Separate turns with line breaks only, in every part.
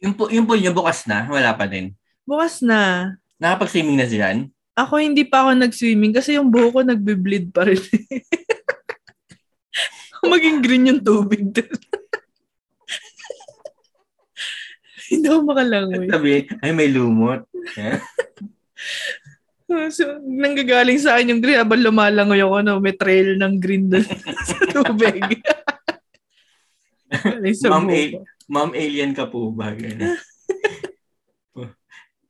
Yung po, yung po niyo bukas na, wala pa din.
Bukas na.
Nakapag-swimming na si Jan?
Ako hindi pa ako nag-swimming kasi yung buho ko nagbe-bleed pa rin. Maging green yung tubig doon. hindi ako makalangoy.
Sabi, ay may lumot.
So, nanggagaling sa akin yung green habang lumalangoy ako, no, may trail ng green doon sa tubig. Galing sa
Ma'am eh, A-
buho ko.
Ma'am, alien ka po ba? Ganun.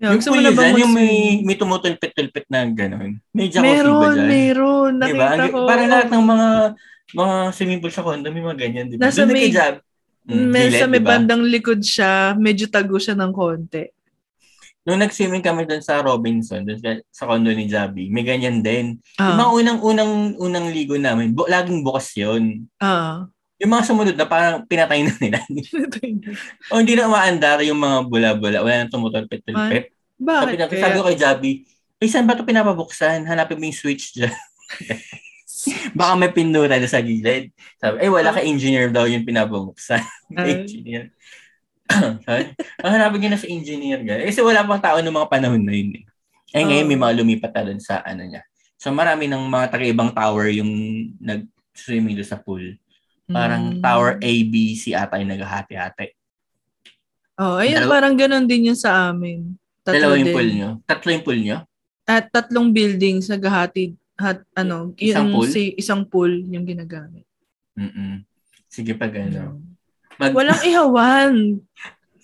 Yan,
yung
gusto
po
mo
yun,
na ba
Jan, yung may,
mag-swimming?
may tumutulpit-tulpit na gano'n. May jacuzzi ba
Meron,
dyan?
meron.
Diba?
Nakita ko.
Parang lahat ng mga mga swimming pool sa condo, may mga ganyan, di ba?
Nasa
Doon na kay
may-
Jab. Mm,
May,
Gillette,
sa
di
may
ba?
bandang likod siya, medyo tago siya ng konti.
Nung nag-swimming kami doon sa Robinson, doon sa, sa condo ni Javi, may ganyan din. Yung mga
Ah,
unang-unang unang ligo namin, bu- laging bukas yun.
ah.
Yung mga sumunod na parang pinatay na nila. o hindi na umaandar yung mga bula-bula. Wala nang tumutulpit-tulpit. Sabi
Bakit
na, sabi
kaya?
ko kay Javi, eh, saan ba ito pinapabuksan? Hanapin mo yung switch dyan. Baka may pinura na sa gilid. Sabi, eh, wala ka engineer daw yung pinapabuksan.
Ah. Ay.
engineer. Sabi, ah, hanapin niya na sa engineer. Ganun. Kasi wala pang tao noong mga panahon na yun. Eh, eh ngayon may
Oo.
mga lumipat na dun sa ano niya. So marami ng mga taga-ibang tower yung nag-swimming doon sa pool. Parang
Mm.
tower A, B, C ata yung naghahati-hati.
Oh, ayun,
Dalawa-
parang ganun din yun sa amin. Tatlo
Dalawa yung
din.
pool niyo. Tatlo yung pool niyo.
At tatlong buildings naghahati hat ano,
Isang
yung
pool?
si isang pool yung ginagamit.
Mm-mm. Sige ano. pa gano'n.
Mm.
Mag-
Walang ihawan.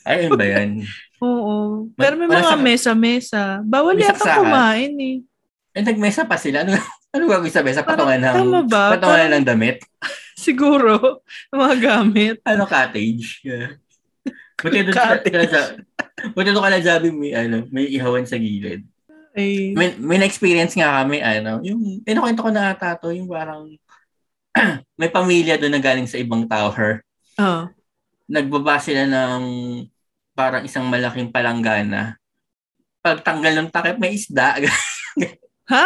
Ayun ba yan?
Oo.
Mag-
Pero may
wala
mga
sa-
mesa-mesa. Bawal
May
yata
saksakan.
kumain eh.
Eh, nagmesa pa sila. Ano, ano gagawin sa mesa?
Parang
Patungan ng,
tama ba?
patungan
Parang-
ng damit?
Siguro, mga gamit.
Ano, cottage? Yeah. Buti doon ka, ka
Cottage.
na sa- buti doon ka na sabi, may, ano, may ihawan sa gilid.
Ay,
May, may na-experience nga kami, ano, yung, pinakwento ko na nga tato, yung parang, may pamilya doon na galing sa ibang tower.
ah,
Nagbaba sila ng parang isang malaking palanggana. Pagtanggal ng takip, may isda.
Ha?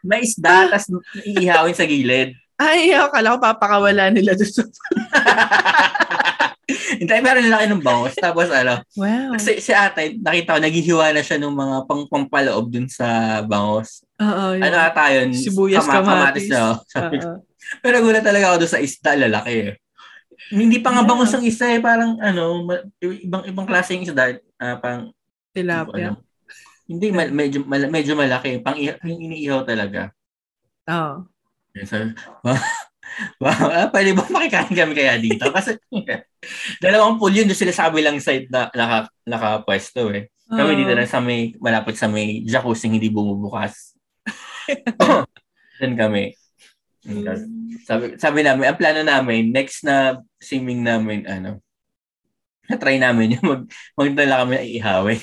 may isda, tas iihawin sa gilid.
Ay, akala ko papakawala nila doon. sa-
Hindi, pero ang laki ng bangus. Tapos, ano,
Wow.
si, si ate, nakita ko, naghihiwa na siya ng mga pang, pampaloob dun sa bangus.
Oo, yun.
Ano ata yun?
Sibuyas, kamatis. Ah.
na, oh. Sabi ko.
Oo.
Pero gulat talaga ako dun sa isda, lalaki eh. Hindi pa nga
Yeah.
bangus ang isda eh, parang ano, ma- ibang ibang klase yung isda, ah, pang
Tilapia.
ano. Hindi mal- medyo mal- medyo malaki, pang i- yung iniihaw talaga.
Oo.
Yes, sir. Wow. wow. Ah, pwede ba makikain kami kaya dito? Kasi dalawang pool yun doon sila sa kabilang side na naka, nakapwesto eh. Kami
Oo.
dito lang sa may, malapit sa may jacuzzi hindi bumubukas. Doon kami.
Mm.
Doon. Sabi, sabi namin, ang plano namin, next na swimming namin, ano, na-try namin yung mag, magdala kami ng eh. ihawin.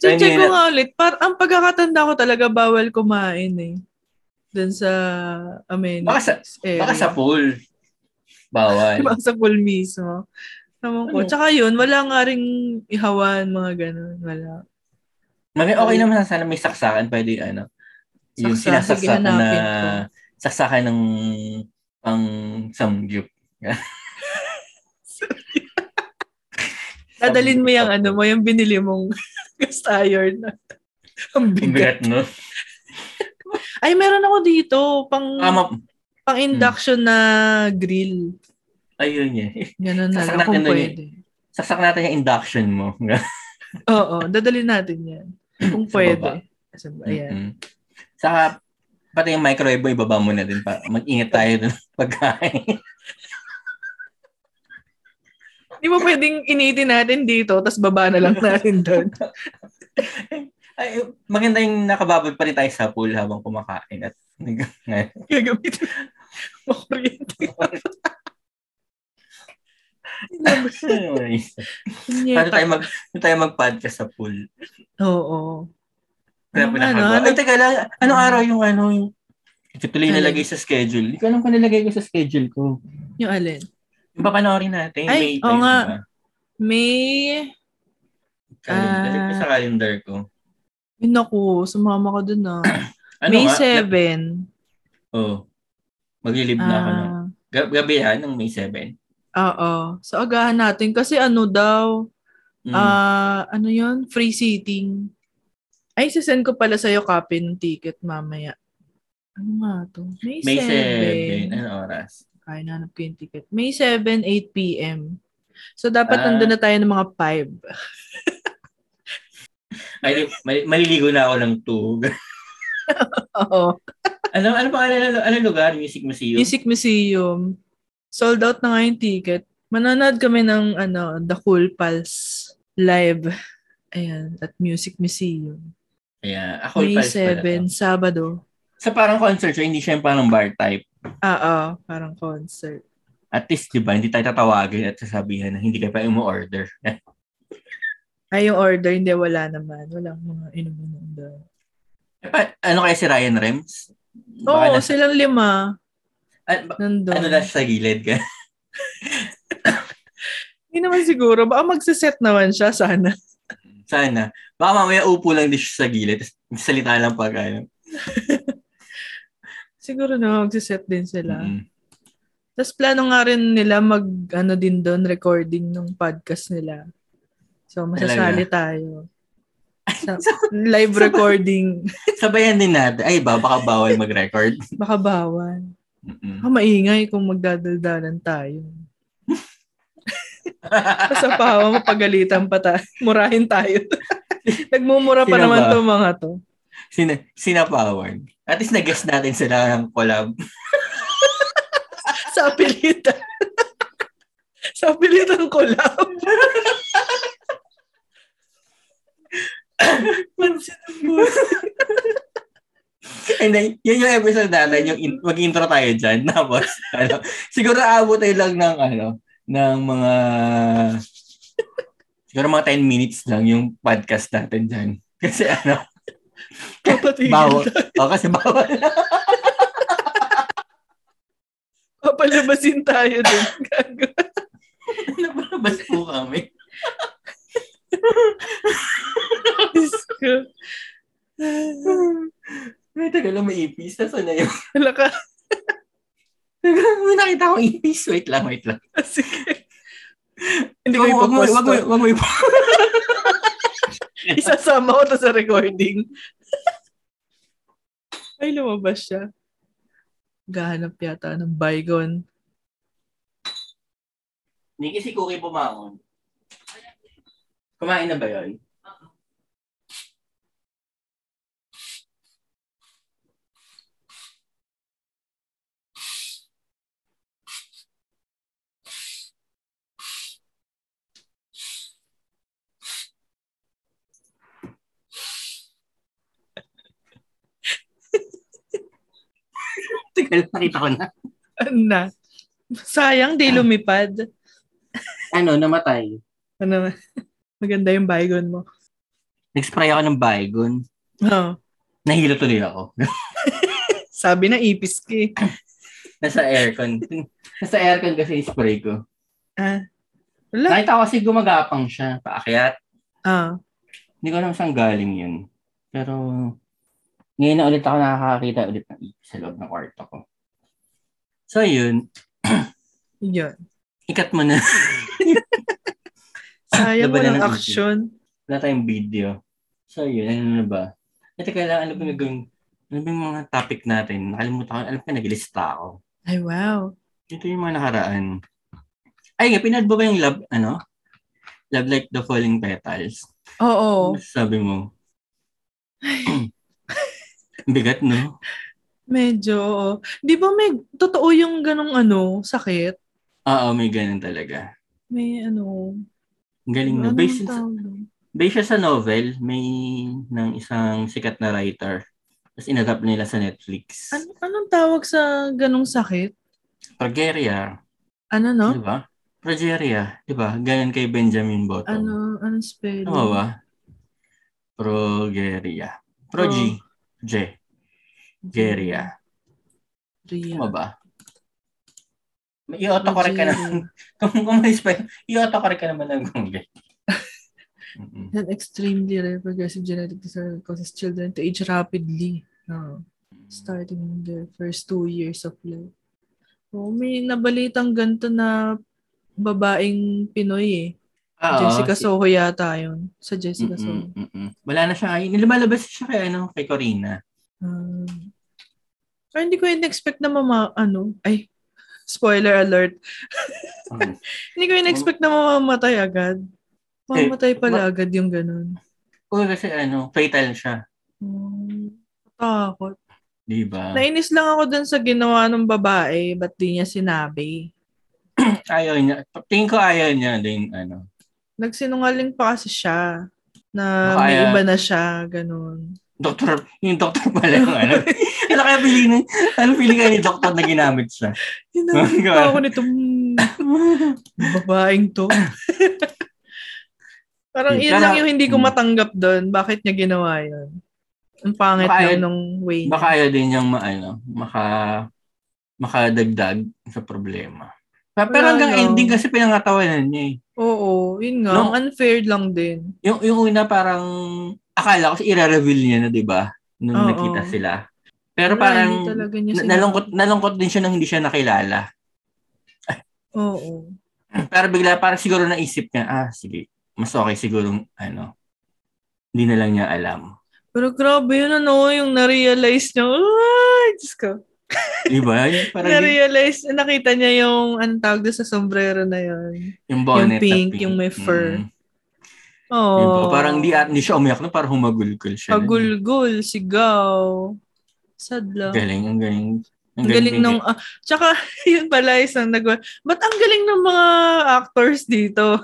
I-check ko
Kanina-
nga ulit. Par, ang pagkakatanda ko talaga, bawal kumain eh. Doon sa amenities
Baka sa-
area.
Baka sa pool. Bawal.
Baka sa pool mismo. Tama ko.
Ano?
Tsaka yun, wala nga rin ihawan, mga ganun. Wala.
Mami, okay naman sana may saksakan. Pwede ano. Yung
Saksakan, sige,
sinasaksakan na
hanapin ko.
saksakan ng pang samgyup.
Dadalin mo yung ano mo, yung binili mong cast iron na. ang
Ang bigat,
bigat.
no?
Ay, meron ako dito. Pang,
Ah, ma-
pang induction na grill.
ayun yun.
Ganun na lang
Sasakyan
kung
na eh. yun.
pwede.
Saksak natin yung induction mo.
Oo, dadalin natin yan. Kung
Sa baba.
pwede. Sa baba. Ayan.
Mm-mm. Mm. Saka, pati yung microwave mo, ibaba mo na din. Pa. Mag-ingat tayo dun ng pagkain.
Di ba pwedeng initin natin dito, tapos baba na lang natin doon?
Ay, maganda yung nakababad pa rin tayo sa pool habang kumakain. At,
Gagamitin mo kuryente. Sinabi-
Paano
Nyeta.
Ano tayo, mag, paano tayo mag-podcast sa pool?
Oo.
Kaya
Ano,
pinakagawa.
ano?
Ay, teka lang. Anong araw yung ano yung... Ano? Ito tuloy
Alin?
nalagay sa schedule. Hindi ko alam kung nalagay ko sa schedule ko.
Yung alin?
Yung papanoorin natin. May
Ay,
pa
oo
yun,
nga.
diba?
May...
Calendar.
Ah.
Nalagay ko sa calendar ko.
Yun ako, sumama ka doon ah.
Ano
May
nga?
7.
Oh, maglilib na ako. ng-
Ah,
Gab- Gabi yan, ng May 7.
Oo. So, agahan natin. Kasi ano daw,
Mm.
ah ano yon Free seating. Ay, sisend ko pala sa'yo copy ng ticket mamaya. Ano nga to? May,
May 7.
7.
Anong oras?
Kaya nahanap ko yung ticket. May 7, 8 p.m. So, dapat
Ah.
nandun na tayo ng mga 5.
Mali, mali, maliligo na ako ng 2.
Oo.
ano, ano pa ano, ano lugar? Music Museum?
Music Museum. Sold out na nga yung ticket. Mananood kami ng ano, The Cool Pals live. Ayan, at Music Museum.
Yeah. Ako
May
pala pala
7,
to.
Sabado.
Sa parang concert siya, hindi siya yung parang bar type.
Ah, ah, parang concert.
At least, di ba, hindi tayo tatawagin at sasabihan na hindi ka pa umu-order.
Ay, yung order, hindi, wala naman. Walang mga inuminom doon.
Eh, pa- ano kaya si Ryan Rems? Baka
Oo,
nasa-
silang lima.
an- ba-
Nandun.
ano na siya sa gilid ka?
Hindi naman siguro. Baka magsiset naman siya, sana.
Sana. Baka mamaya upo lang din siya sa gilid. Tapos salita lang pag ano.
Siguro na magsiset din sila.
Mm-mm.
Tapos plano nga rin nila mag ano din doon recording ng podcast nila. So masasali tayo. Sa, live recording.
Sabayan din natin. Ay, ba, baka bawal mag-record.
Baka bawal.
Mm-mm.
Baka maingay kung magdadaldalan tayo. Pasapawa, mapagalitan pa tayo. Murahin tayo. Nagmumura pa
Sino
naman
ba?
to mga to.
Sina, sinapawan. At least nag-guess natin sila ng collab.
Sa apilitan. Sa apilitan ko lang. Pansin ang buhay.
And then, yun yung episode natin, yung in- mag-intro tayo dyan. Tapos, ano, siguro aabot tayo lang ng, ano, ng mga, siguro mga 10 minutes lang yung podcast natin dyan. Kasi ano,
Papatigil
bawal. O, kasi bawal.
Papalabasin tayo din. Gago.
Nababas po kami.
Diyos ko.
May tagal na may ipis. Nasaan na yun?
Wala ka.
May nakita akong ipis. Wait lang, wait lang.
Sige. Hindi
Hindi
ko
ko wag mo,
ipopost
wag mo,
to.
wag mo ipopost.
Isasama ko to sa recording. Ay, lumabas siya. Gahanap yata ng bygone.
Hindi kasi Cookie bumangon. Kumain na ba yun? Tagal, nakita ko na.
Ano na? Sayang, di lumipad.
Ano, namatay.
Ano? Maganda yung bygone mo.
Nag-spray ako ng Baygon.
Oo.
Nahilo tuloy ako.
Sabi na ipis ka eh.
Nasa aircon. Nasa aircon kasi yung spray ko.
Ah. Wala.
Nakita ko kasi gumagapang siya. Paakyat.
Ah.
Hindi ko alam saan galing yun. Pero ngayon na ulit ako nakakakita ulit ng ipis sa loob ng kwarto ko. So yun,
Yun.
ikat mo na.
Sayang mo
Labanan
ng
ng ipis.
action.
Wala tayong video. So yun, ano na ba? At teka lang, ano ba nagawin? Ano ba yung mga topic natin? Nakalimutan ko, alam ko naglista ako.
Ay, wow.
Ito yung mga nakaraan. Ay, nga, pinad ba ba yung love, ano? Love like the falling petals. Ano
Oo.
Sabi mo. Bigat, no?
Medyo, oo. Di ba may, totoo yung ganong ano, sakit?
Oo, may ganun talaga.
May ano,
Ang galing na.
anong
Based, sa,
tawag doon?
based siya sa novel, may ng isang sikat na writer. Tapos inadapt nila sa Netflix.
An- anong tawag sa ganong sakit?
Progeria,
Ano no?
di ba? Progeria, di ba? Ganun kay Benjamin Bottom.
Ano, anong spelling?
Tama ba? Progeria.
Oh.
Progi. J. Geria.
Ria.
Tama ba? I-autocorrect ka na. kung, kung may spell, i-autocorrect ka naman ng Google. Mm-mm.
An extremely rare progressive genetic disorder causes children to age rapidly. Oh, starting in their first two years of life. Oh, may nabalitang ganito na babaeng Pinoy eh.
Oo, Ah,
Jessica
si-
Soho yata yun. Sa Jessica Soho.
Mm-mm, mm-mm. Wala na siya. Ay, Nilumalabas siya kay, ano, kay Corina.
Um, ay, Ah. hindi ko in-expect na mama, ano, ay, spoiler alert.
Mm.
Hindi ko in-expect na mamamatay agad. Mamamatay
Eh,
pala
ma-
agad yung ganun.
Oo, kasi ano, fatal siya.
Um, takot.
Di ba?
Nainis lang ako dun sa ginawa ng babae, ba't di niya sinabi?
Ayaw niya. Tingin ko ayaw niya din, ano.
Nagsinungaling pa kasi siya na
Baka
may
yan.
iba na siya, ganun.
Doktor, yung doktor pala yung ano. ano kaya feeling ni, ano feeling kaya ni doktor na ginamit siya?
Hinahalik pa ako nitong babaeng to. Parang
Yun,
yun lang
kaya-
yung hindi ko
Hmm.
matanggap doon. Bakit niya ginawa yun? Ang pangit
Baka
lang
yun-
nung way.
Baka ayaw din niyang maano, maka makadagdag sa problema. Pa- Pero
Wala,
hanggang
no.
ending kasi pinangatawanan niya eh.
Oo, yun nga.
No.
Ang unfair lang din.
Yung, yung una parang akala ko i-reveal niya na, 'di ba? Nung
Oo.
nakita sila. Pero
Wala,
parang
hindi talaga niya
na-
sinabi.
nalungkot nalungkot din siya nang hindi siya nakilala.
Oo.
Pero bigla parang siguro naisip niya, ah sige, mas okay siguro ano. Hindi na lang niya alam.
Pero grabe yun ano, yung na-realize niya. Ay, Diyos ko.
'Di ba? Yung Parang yung,
Na-realize, nakita niya yung, anong tawag doon sa sombrero na yun.
yung bonnet na
pink, yung may fur. Oh.
Mm.
Oo.
Yun po. Parang di, at- di siya umiyak na, parang humagulgul siya.
Pagulgol, sigaw. Sad lang.
Ang galing, ang galing.
Ang galing ng... ah, tsaka, yun pala isang nagawa. Ba't ang galing ng mga actors dito?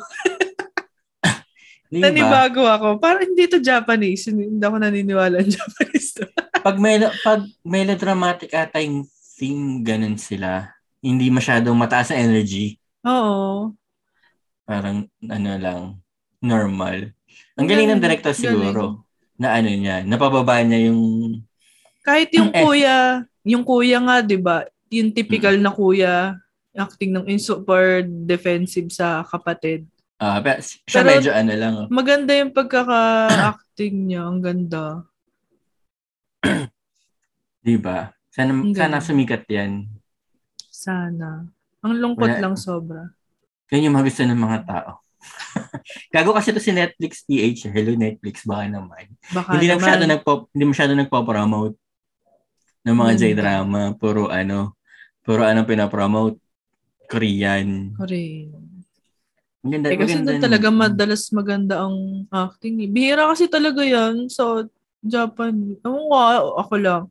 Di ba?
Nanibago ako. Parang hindi to Japanese. Hindi hindi ako naniniwala ang Japanese to.
Pag, melo, pag melodramatic ata yung theme, ganun sila. Hindi masyadong mataas na energy.
Oo.
Parang, ano lang, normal. Ang galing ng director
Galing.
siguro. Na ano niya, napababa niya yung...
Kahit yung
Eh. Mm.
kuya, yung kuya nga, di ba? Yung typical na kuya, acting ng in- super defensive sa kapatid.
ah, pero siya
Pero-
medyo ano lang.
Maganda yung pagkaka-acting niya. Ang ganda.
Di ba? Sana,
Ang
sana
galing.
sumikat yan.
Sana. Ang lungkot
Wala.
lang sobra.
Yan yung mga gusto ng mga tao. Gago kasi to si Netflix TH. Hello Netflix, baka naman.
Baka
hindi na
naman.
masyado nagpo hindi masyado nagpo-promote ng mga
Hmm.
J-drama, puro ano, puro ano pinapromote Korean.
Correct.
Maganda,
Eh, kasi doon
maganda Mm.
talaga
naman.
madalas maganda ang acting. eh. Bihira kasi talaga yan sa Japan. Ewan ko, a- ako lang.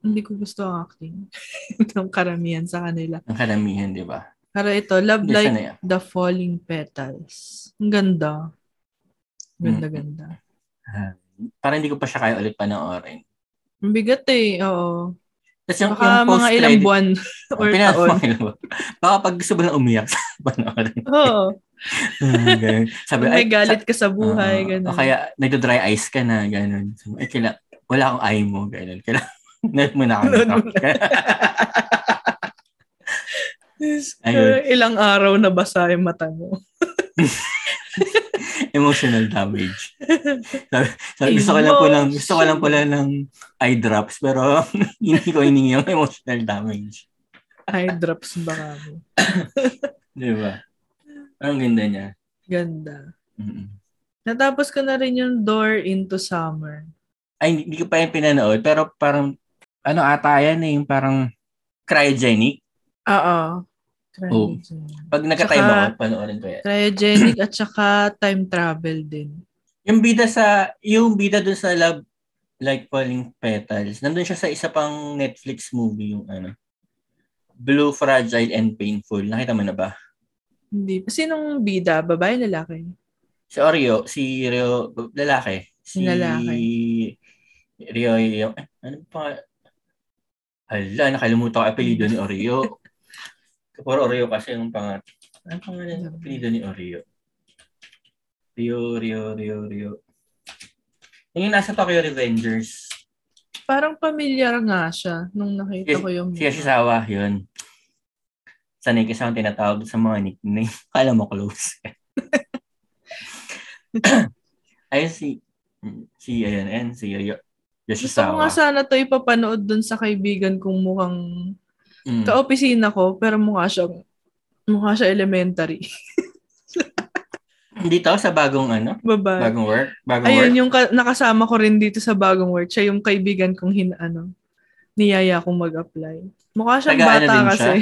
Hindi ko gusto ang acting. ng karamihan sa kanila.
ang karamihan, di ba?
Pero ito, Love
Hindi
Like
sana yan.
the Falling Petals. Ang ganda. Ganda,
Mm.
ganda.
Ah, Parang hindi ko pa siya kaya ulit panoorin.
Ang bigat eh, oo.
Tapos yung, yung
Baka mga ilang
post-credit,
buwan or
pina-
taon.
mga ilang buwan. Baka pag gusto mo lang umiyak, panoorin.
Oo.
Ah, ganun. Sabi, ay,
Kung Hmm, may galit ka sa buhay,
Oo.
ganun.
O kaya, nagda-dry ice ka na, gano'n. Ay, kaila, wala akong eye mo, gano'n. Kailangan, net mo na ako.
Ano, ano. Yes,
Ayun.
Ilang araw na basa yung mata mo.
Emotional damage. sabi, sabi, gusto ko lang po lang, gusto ko lang pala ng eye drops, pero hindi ko hiningi yung emotional damage.
Eye drops ba nga mo?
Di ba? Ang ganda niya.
Ganda.
Mm-mm.
Natapos ko na rin yung Door into Summer.
Ay, hindi ko pa yung pinanood, pero parang, ano ata yan eh, yung parang cryogenic.
Oo.
Oo.
Cryogenic.
Pag nagka-time
Tsaka-
ako, panoorin ko yan.
Cryogenic at saka time travel din.
Yung bida sa, yung bida dun sa Love Like Falling Petals, nandun siya sa isa pang Netflix movie yung ano, Blue, Fragile, and Painful. Nakita mo na ba?
Hindi. Sinong bida? Babae, lalaki?
Si Oreo, si Rio, lalaki. Si
Lalaki.
Rio, yung, eh, ano pa? Hala, nakalimutan ko ang apelido ni Oreo. Puro Oreo kasi yung pangat. Ano pangalan ng apelido ni Oreo? Rio, Rio, Rio, Rio. Yung nasa Tokyo Revengers.
Parang familiar nga siya nung
Yes,
nakita ko yung...
Si Yoshizawa, yun. Sanay kasi akong tinatawag sa mga nickname. Kala mo close. ayun si, si, ayun, ayun, si Yo-
Gusto ko nga
Yoshizawa.
sana to ipapanood dun sa kaibigan kong mukhang
Mm.
kaopisina ko, pero mukha siyang Mukha siya elementary.
Dito sa bagong ano?
Baba.
Bagong work? Bagong
Ayun,
work?
yung ka- nakasama ko rin dito sa bagong work. Siya yung kaibigan kong hin ano, niyaya kong mag-apply. Mukha siyang
Taga ano
bata
din
kasi.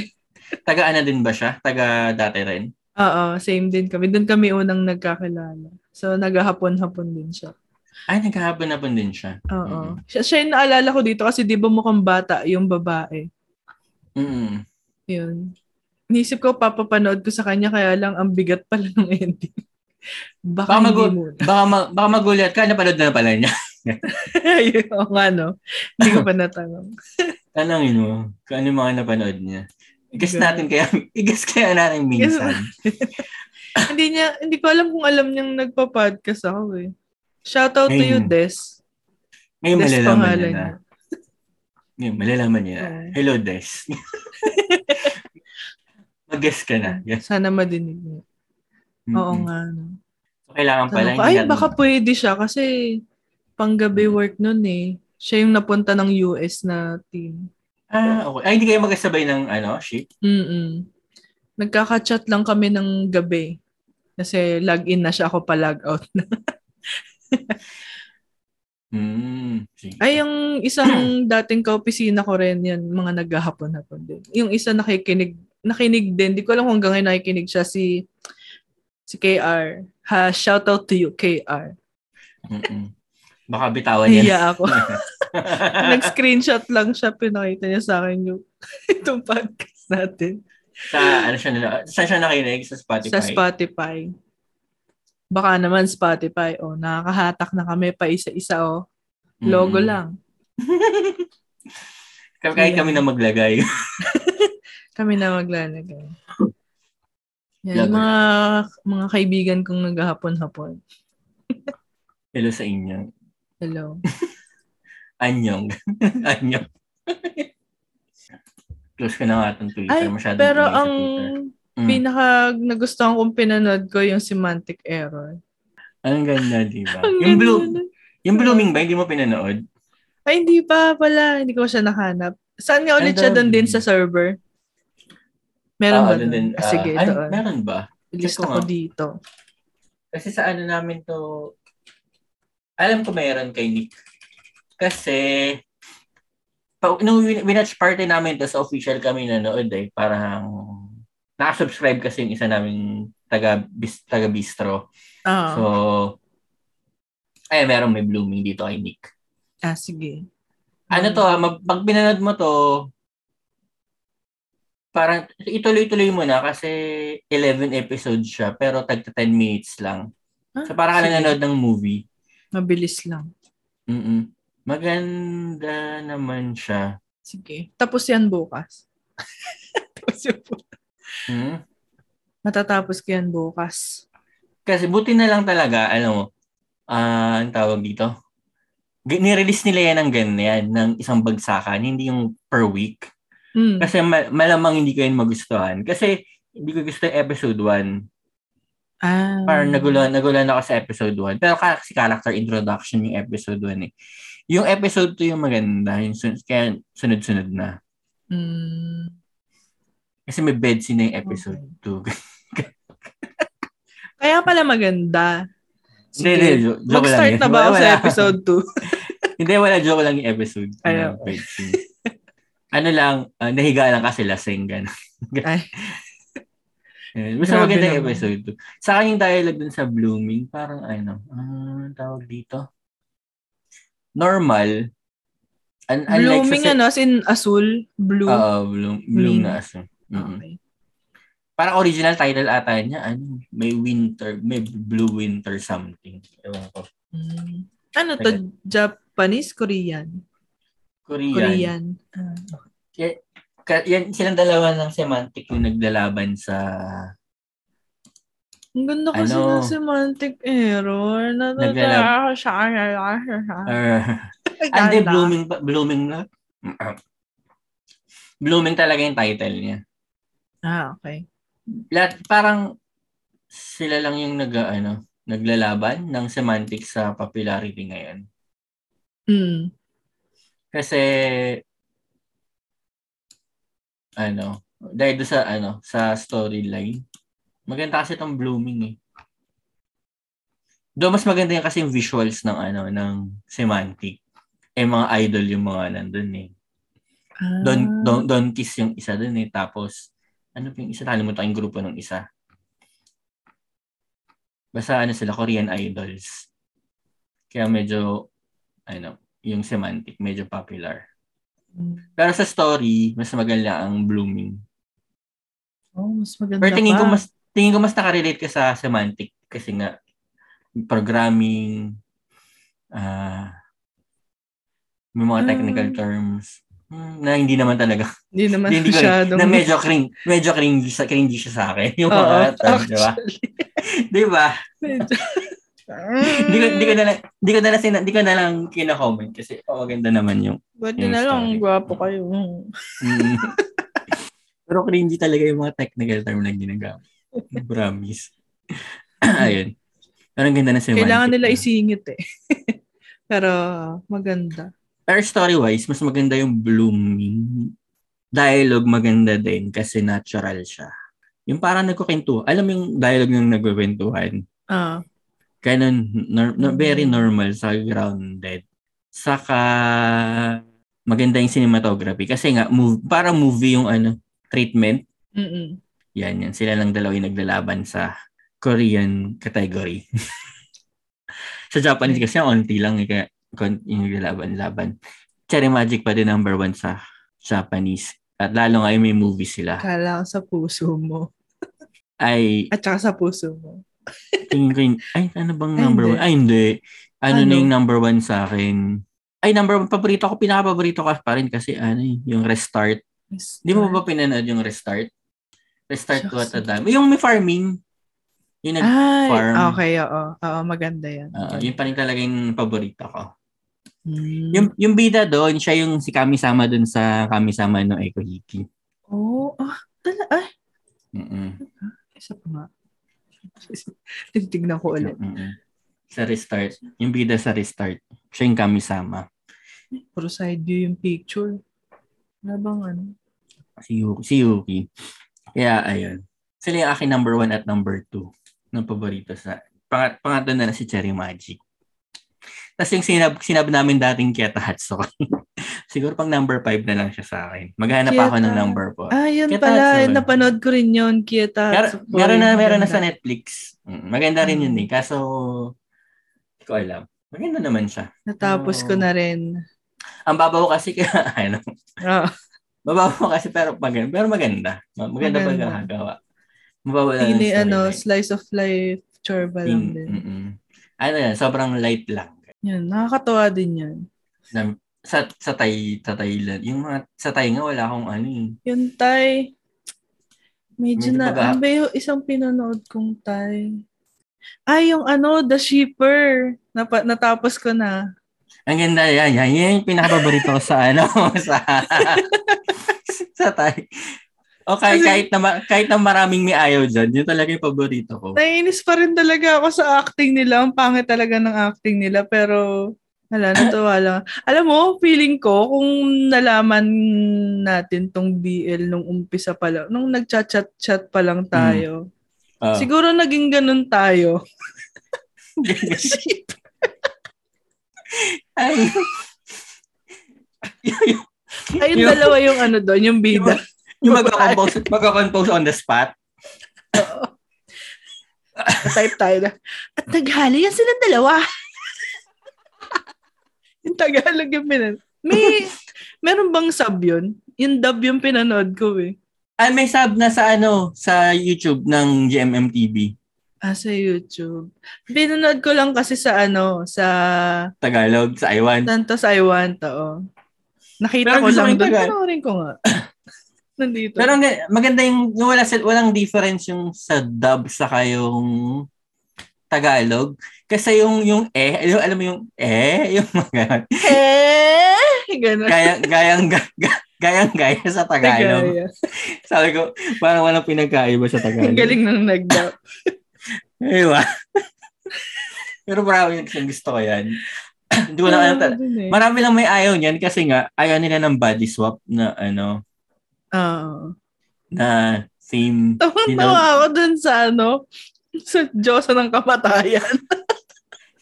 Taga ano din ba siya? Taga dati rin?
Oo, same din kami. Doon kami unang nagkakilala. So, naghahapon-hapon din siya.
Ay, nagkahapon-hapon din siya.
Oo.
Mm-hmm.
Siya, siya yung naalala ko dito kasi di ba mukhang bata yung babae.
Mm.
Yun. Nisip ko, papapanood ko sa kanya kaya lang ang bigat pala ng ending.
Baka
Baka hindi
magu-
muna.
Baka, ma- baka magulat ka, napanood na pala niya.
Ayun, oo nga no. Hindi ko pa natanong.
Tanangin mo, kung ano yung mga napanood niya. I-guess natin kaya, i-guess kaya natin minsan.
hindi niya, hindi ko alam kung alam niyang nagpa-podcast ako eh. Shoutout to you,
Ayun.
Des.
Ngayon
Des
malalaman niya
pangalan
na.
niya.
Ngayon, malalaman niya na.
Oo.
Hello, Des. Mag-guess ka na. Yes.
Sana madinig niya. Oo
Mm-mm.
nga no.
So, kailangan pala.
Tanong ko,
hindi
Ano? ay,
natin-
baka pwede siya kasi
Mm.
panggabi work nun eh. Siya yung napunta ng US na team.
Ah, okay. Ay, hindi kayo magkasabay ng ano, ship?
Mm-mm. Nagkaka-chat lang kami ng gabi. Kasi log-in na siya, ako pa log-out na.
Hmm. Sige.
Ay, yung isang dating kaopisina ko rin, yan, mga naghahapon-hapon din. Yung isa nakikinig, nakinig din. Di ko alam kung hanggang ngayon nakikinig siya, si, si KR. Ha, shout out to you, KR.
Mm-mm. Baka bitawan niya.
Hiya ako. Nag-screenshot lang siya, pinakita niya sa akin yung itong podcast natin
sa, ano siya, nila- saan siya nakinig? Sa Spotify?
sa Spotify. Baka naman Spotify, oh, nakakahatak na kami pa isa-isa, oh. Logo
Mm.
lang.
Kaya kahit kami na maglagay.
Kami na maglalagay. Yan,
Lago
yung mga, mga kaibigan kong naghahapon-hapon.
Hello sa inyo.
Hello.
Anyong. Anyong. Close ko na nga itong Twitter.
Ay,
Masyadong
Pero
ingay sa
ang
Twitter. Mm.
pinaka nagustuhan kong pinanood ko yung semantic error.
Ang ganda, di ba?
Ang
yung,
ganda
blue,
nun.
yung blooming ba, hindi mo pinanood?
Ay, hindi pa pala. Hindi ko siya nahanap. Saan nga ulit
Ang
siya doon
dami.
din sa server?
Ah,
Meron ba
ano
doon?
din,
Ah,
ah,
sige,
ay,
ito. ah.
meron ah. ba?
List
ko
ako
nga.
dito.
Kasi sa ano namin to, alam ko meron kay Nick. Kasi, pa, nung win- winatch party namin to, sa official kami nanood eh, parang, nakasubscribe kasi yung isa namin taga, bis, taga bistro.
Ah,
So, ay meron may blooming dito kay Nick.
ah sige.
Ano
Mm.
to, ah, mag, pag pinanood mo to, parang ituloy-tuloy mo na kasi 11 episodes siya pero tagta 10 minutes lang.
Ah,
So parang ka
sige.
nanonood ng movie.
Mabilis lang.
Mm-mm. Maganda naman siya.
Sige. Tapos yan bukas. Tapos yan bukas.
Hmm?
Matatapos ko yan bukas.
Kasi buti na lang talaga, alam mo, ah, ang tawag dito, G- nirelease nila yan ng ganyan, ng isang bagsakan, hindi yung per week.
Mm.
Kasi ma- malamang hindi ko yun magustuhan. Kasi hindi ko gusto yung episode 1.
Ah.
Parang nagulan, nagulan ako sa episode 1. Pero ka- kasi character introduction yung episode 1 eh. Yung episode 2 yung maganda, yung sun- kaya sunod-sunod na.
Mm.
Kasi may bed scene na yung episode
Okay.
2.
Kaya pala maganda.
Hindi, hindi. jo- Joke lang.
Mag-start na
yun.
ba ako
Wala-
sa
wala.
episode 2?
Hindi, wala. Joke lang yung episode.
Ay,
ng
okay.
bed scene. ano lang, ah, nahiga lang kasi lasing. Ganun.
Ay.
Ayun. Basta
Grabe
maganda yung
naman.
episode 2. Sa akin yung dialogue dun sa Blooming, parang ano, ah, ang tawag dito? Normal. Un- unlike
Blooming
sa,
ano, as in azul, blue.
Oo, bloom, bloom na aso. Mm-mm.
Okay.
Parang original title ata niya, ano, may winter, may blue winter something. Ewan ko.
Mm. Ano to?
Teka.
Japanese? Korean?
Korean.
Korean. Ah,
Ka- yan, silang dalawa ng semantic yung naglalaban sa
ang ganda kasi
Ano?
ng semantic error. Natutuwa ako sa Ang
Err.
ganda.
Hindi, blooming, pa- blooming na. blooming talaga yung title niya.
Ah, okay.
Lahat, parang sila lang yung nag, ano, naglalaban ng semantic sa popularity ngayon.
Mm.
Kasi, ano, Dahil doon sa, ano, sa storyline. Maganda kasi itong blooming eh. Do mas maganda yan kasi yung visuals ng ano ng semantic. Eh mga idol yung mga nandun eh.
Ah.
Don Don Don Kiss yung isa dun eh tapos ano pa yung isa nakalimutan ko yung grupo ng isa. Basta ano sila Korean idols. Kaya medyo ano, yung semantic medyo popular. Pero sa story, mas maganda ang blooming.
Oh, mas maganda
Pero tingin ko
pa.
mas tingin ko mas nakarelate ka sa semantic kasi nga programming ah may mga
Ah.
technical terms hmm, na hindi naman talaga
Hindi naman
hindi ko rin-
masyadong...
na medyo cringe medyo cringy sa cringy siya sa akin yung
Oo,
mga terms di ba
actually.
di ba
Medyo.
hindi ko hindi ko na lang hindi ko na lang sina- hindi ko na lang kina-comment kasi oh ganda naman yung
Ba't yun
Yung
na lang,
story.
gwapo kayo.
Mm. Pero cringy talaga yung mga technical term na ginagamit. Promise. Ayun. Pero ang ganda na semantic.
Kailangan nila
na.
isingit eh. Pero maganda.
Pero story-wise, mas maganda yung blooming. Dialogue maganda din kasi natural siya. Yung parang nagkukwento. Alam mo yung dialogue ng nagkukwentuhan.
Ah,
Ganun, nor- no- very normal, sa grounded. Saka, maganda yung cinematography. Kasi nga, move, parang movie yung ano, treatment.
mm
Yan, yan. Sila lang dalawa yung naglalaban sa Korean category. sa Japanese kasi onti lang eh, kaya kon- yung naglalaban-laban. Cherry Magic pa din number one sa Japanese. At lalo ngayon may movie sila.
Kala ko sa puso mo.
Ay,
At saka sa puso mo.
tingin ko yung, ay, ano bang
Ay,
number
hindi.
one? Ay, hindi. Ano,
Ano?
na yung number one sa akin? Ay, number one, paborito ko, pinaka-paborito ko pa rin kasi ano eh, yung Restart. Hindi mo ba pinanood yung Restart? Restart ko at
Shucks.
Adam. Yung may farming. Yung nag-
Ay,
farm?
okay, oo. Oo, maganda yan.
Oo, yun pa rin talaga yung paborito ko.
Mm.
Yung, yung bida doon, siya yung si Kamisama doon sa Kamisama no Eiko Hiki.
Oo, oh, ah, tala, ay,
Mm-mm.
isa pa nga. Titignan ko ulit.
Mm-mm. Sa restart. Yung bida sa restart. Siya yung Kamisama.
Puro side view yung picture. Wala bang ano?
Si Yuki. Si Yuki. Kaya ayun. Sila yung aking number one at number two na paborito sa... Pangat, pangatlo na, na si Cherry Magic. Tapos yung sinab, sinab namin dating Kieta Hatsuki. Siguro pang number five na lang siya sa akin. Maghanap ako ng
Kieta.
number po.
Ah, yun
Kita
pala.
Hatsuki.
Napanood ko rin yun, Kieta.
Mer-
Hatsuki.
meron na meron na
Maganda.
sa Netflix. Mm, Maganda rin yun eh. Kaso hindi ko alam. Maganda naman siya.
Natapos ko
Oo.
na rin.
Ang babaw kasi kaya ano.
Ah,
Babaw kasi pero maganda. Pero maganda. Ma- Maganda,
Maganda.
maganda. pagkakagawa. Mababaw lang
hindi
ang
ano,
storyline.
slice of life, chorba lang
Ting-
din.
mm-mm. Ano yan, sobrang light lang.
Yan, nakakatawa din yan.
Na- Sa, sa tay, sa tay lang. Yung mga sa tay nga wala akong ano eh.
Yun, Tay. Medyo
Medyo
na,
baga.
ang bayo, isang pinanood kong Tay. Ay, yung ano, The Shipper. Napa, natapos ko na.
Ang ganda yan. Yan, yan yung pinakapaborito ko sa ano. sa, sa tay. O kahit,
Kasi-
kahit, na, ma- kahit na maraming may ayaw dyan, yun talaga yung paborito ko.
Naiinis pa rin talaga ako sa acting nila. Ang pangit talaga ng acting nila. Pero, wala, natuwa lang. Alam mo, feeling ko, kung nalaman natin tong BL nung umpisa pa lang, nung nagchat-chat-chat pa lang tayo,
Hmm. Ah.
siguro naging ganun tayo.
Ay.
Ayun,
Yung-
dalawa yung ano doon, yung bida.
Yung magkakompose, magkakompose on the spot.
type tayo na. At Tagalog, yan silang dalawa. yung Tagalog yung pinanood. May, meron bang sub yun? Yung dub yung pinanood ko eh.
Ay, may sub na sa ano, sa YouTube ng GMMTV.
Ah, sa YouTube. Pinanood ko lang kasi sa ano, sa
Tagalog, sa Iwan.
Tantos I Want, oo. Nakita
Pero
ko
gusto ko
lang
yung
doon.
Tagalog.
Panoorin ko nga. Nandito.
Pero ang ga- maganda yung, yung wala, sil- walang difference yung sa dub sa kayong Tagalog. Kasi yung, yung eh, yung, alam mo yung eh, yung mga,
eh! Ganun.
gayang, gayang, gayang, gayang, gaya sa Tagalog.
Tagaya.
Sabi ko, parang walang pinagkaiba sa Tagalog.
Ang galing nang nag-dub.
Ewa. Pero marami yung gusto ko yan. Hindi ko na alam talaga.
Dun eh.
Marami lang may ayaw niyan kasi nga ayaw nila ng body swap na ano.
Oo.
na theme.
Tawang-tawa ako dun sa ano, sa Diyosa ng Kamatayan.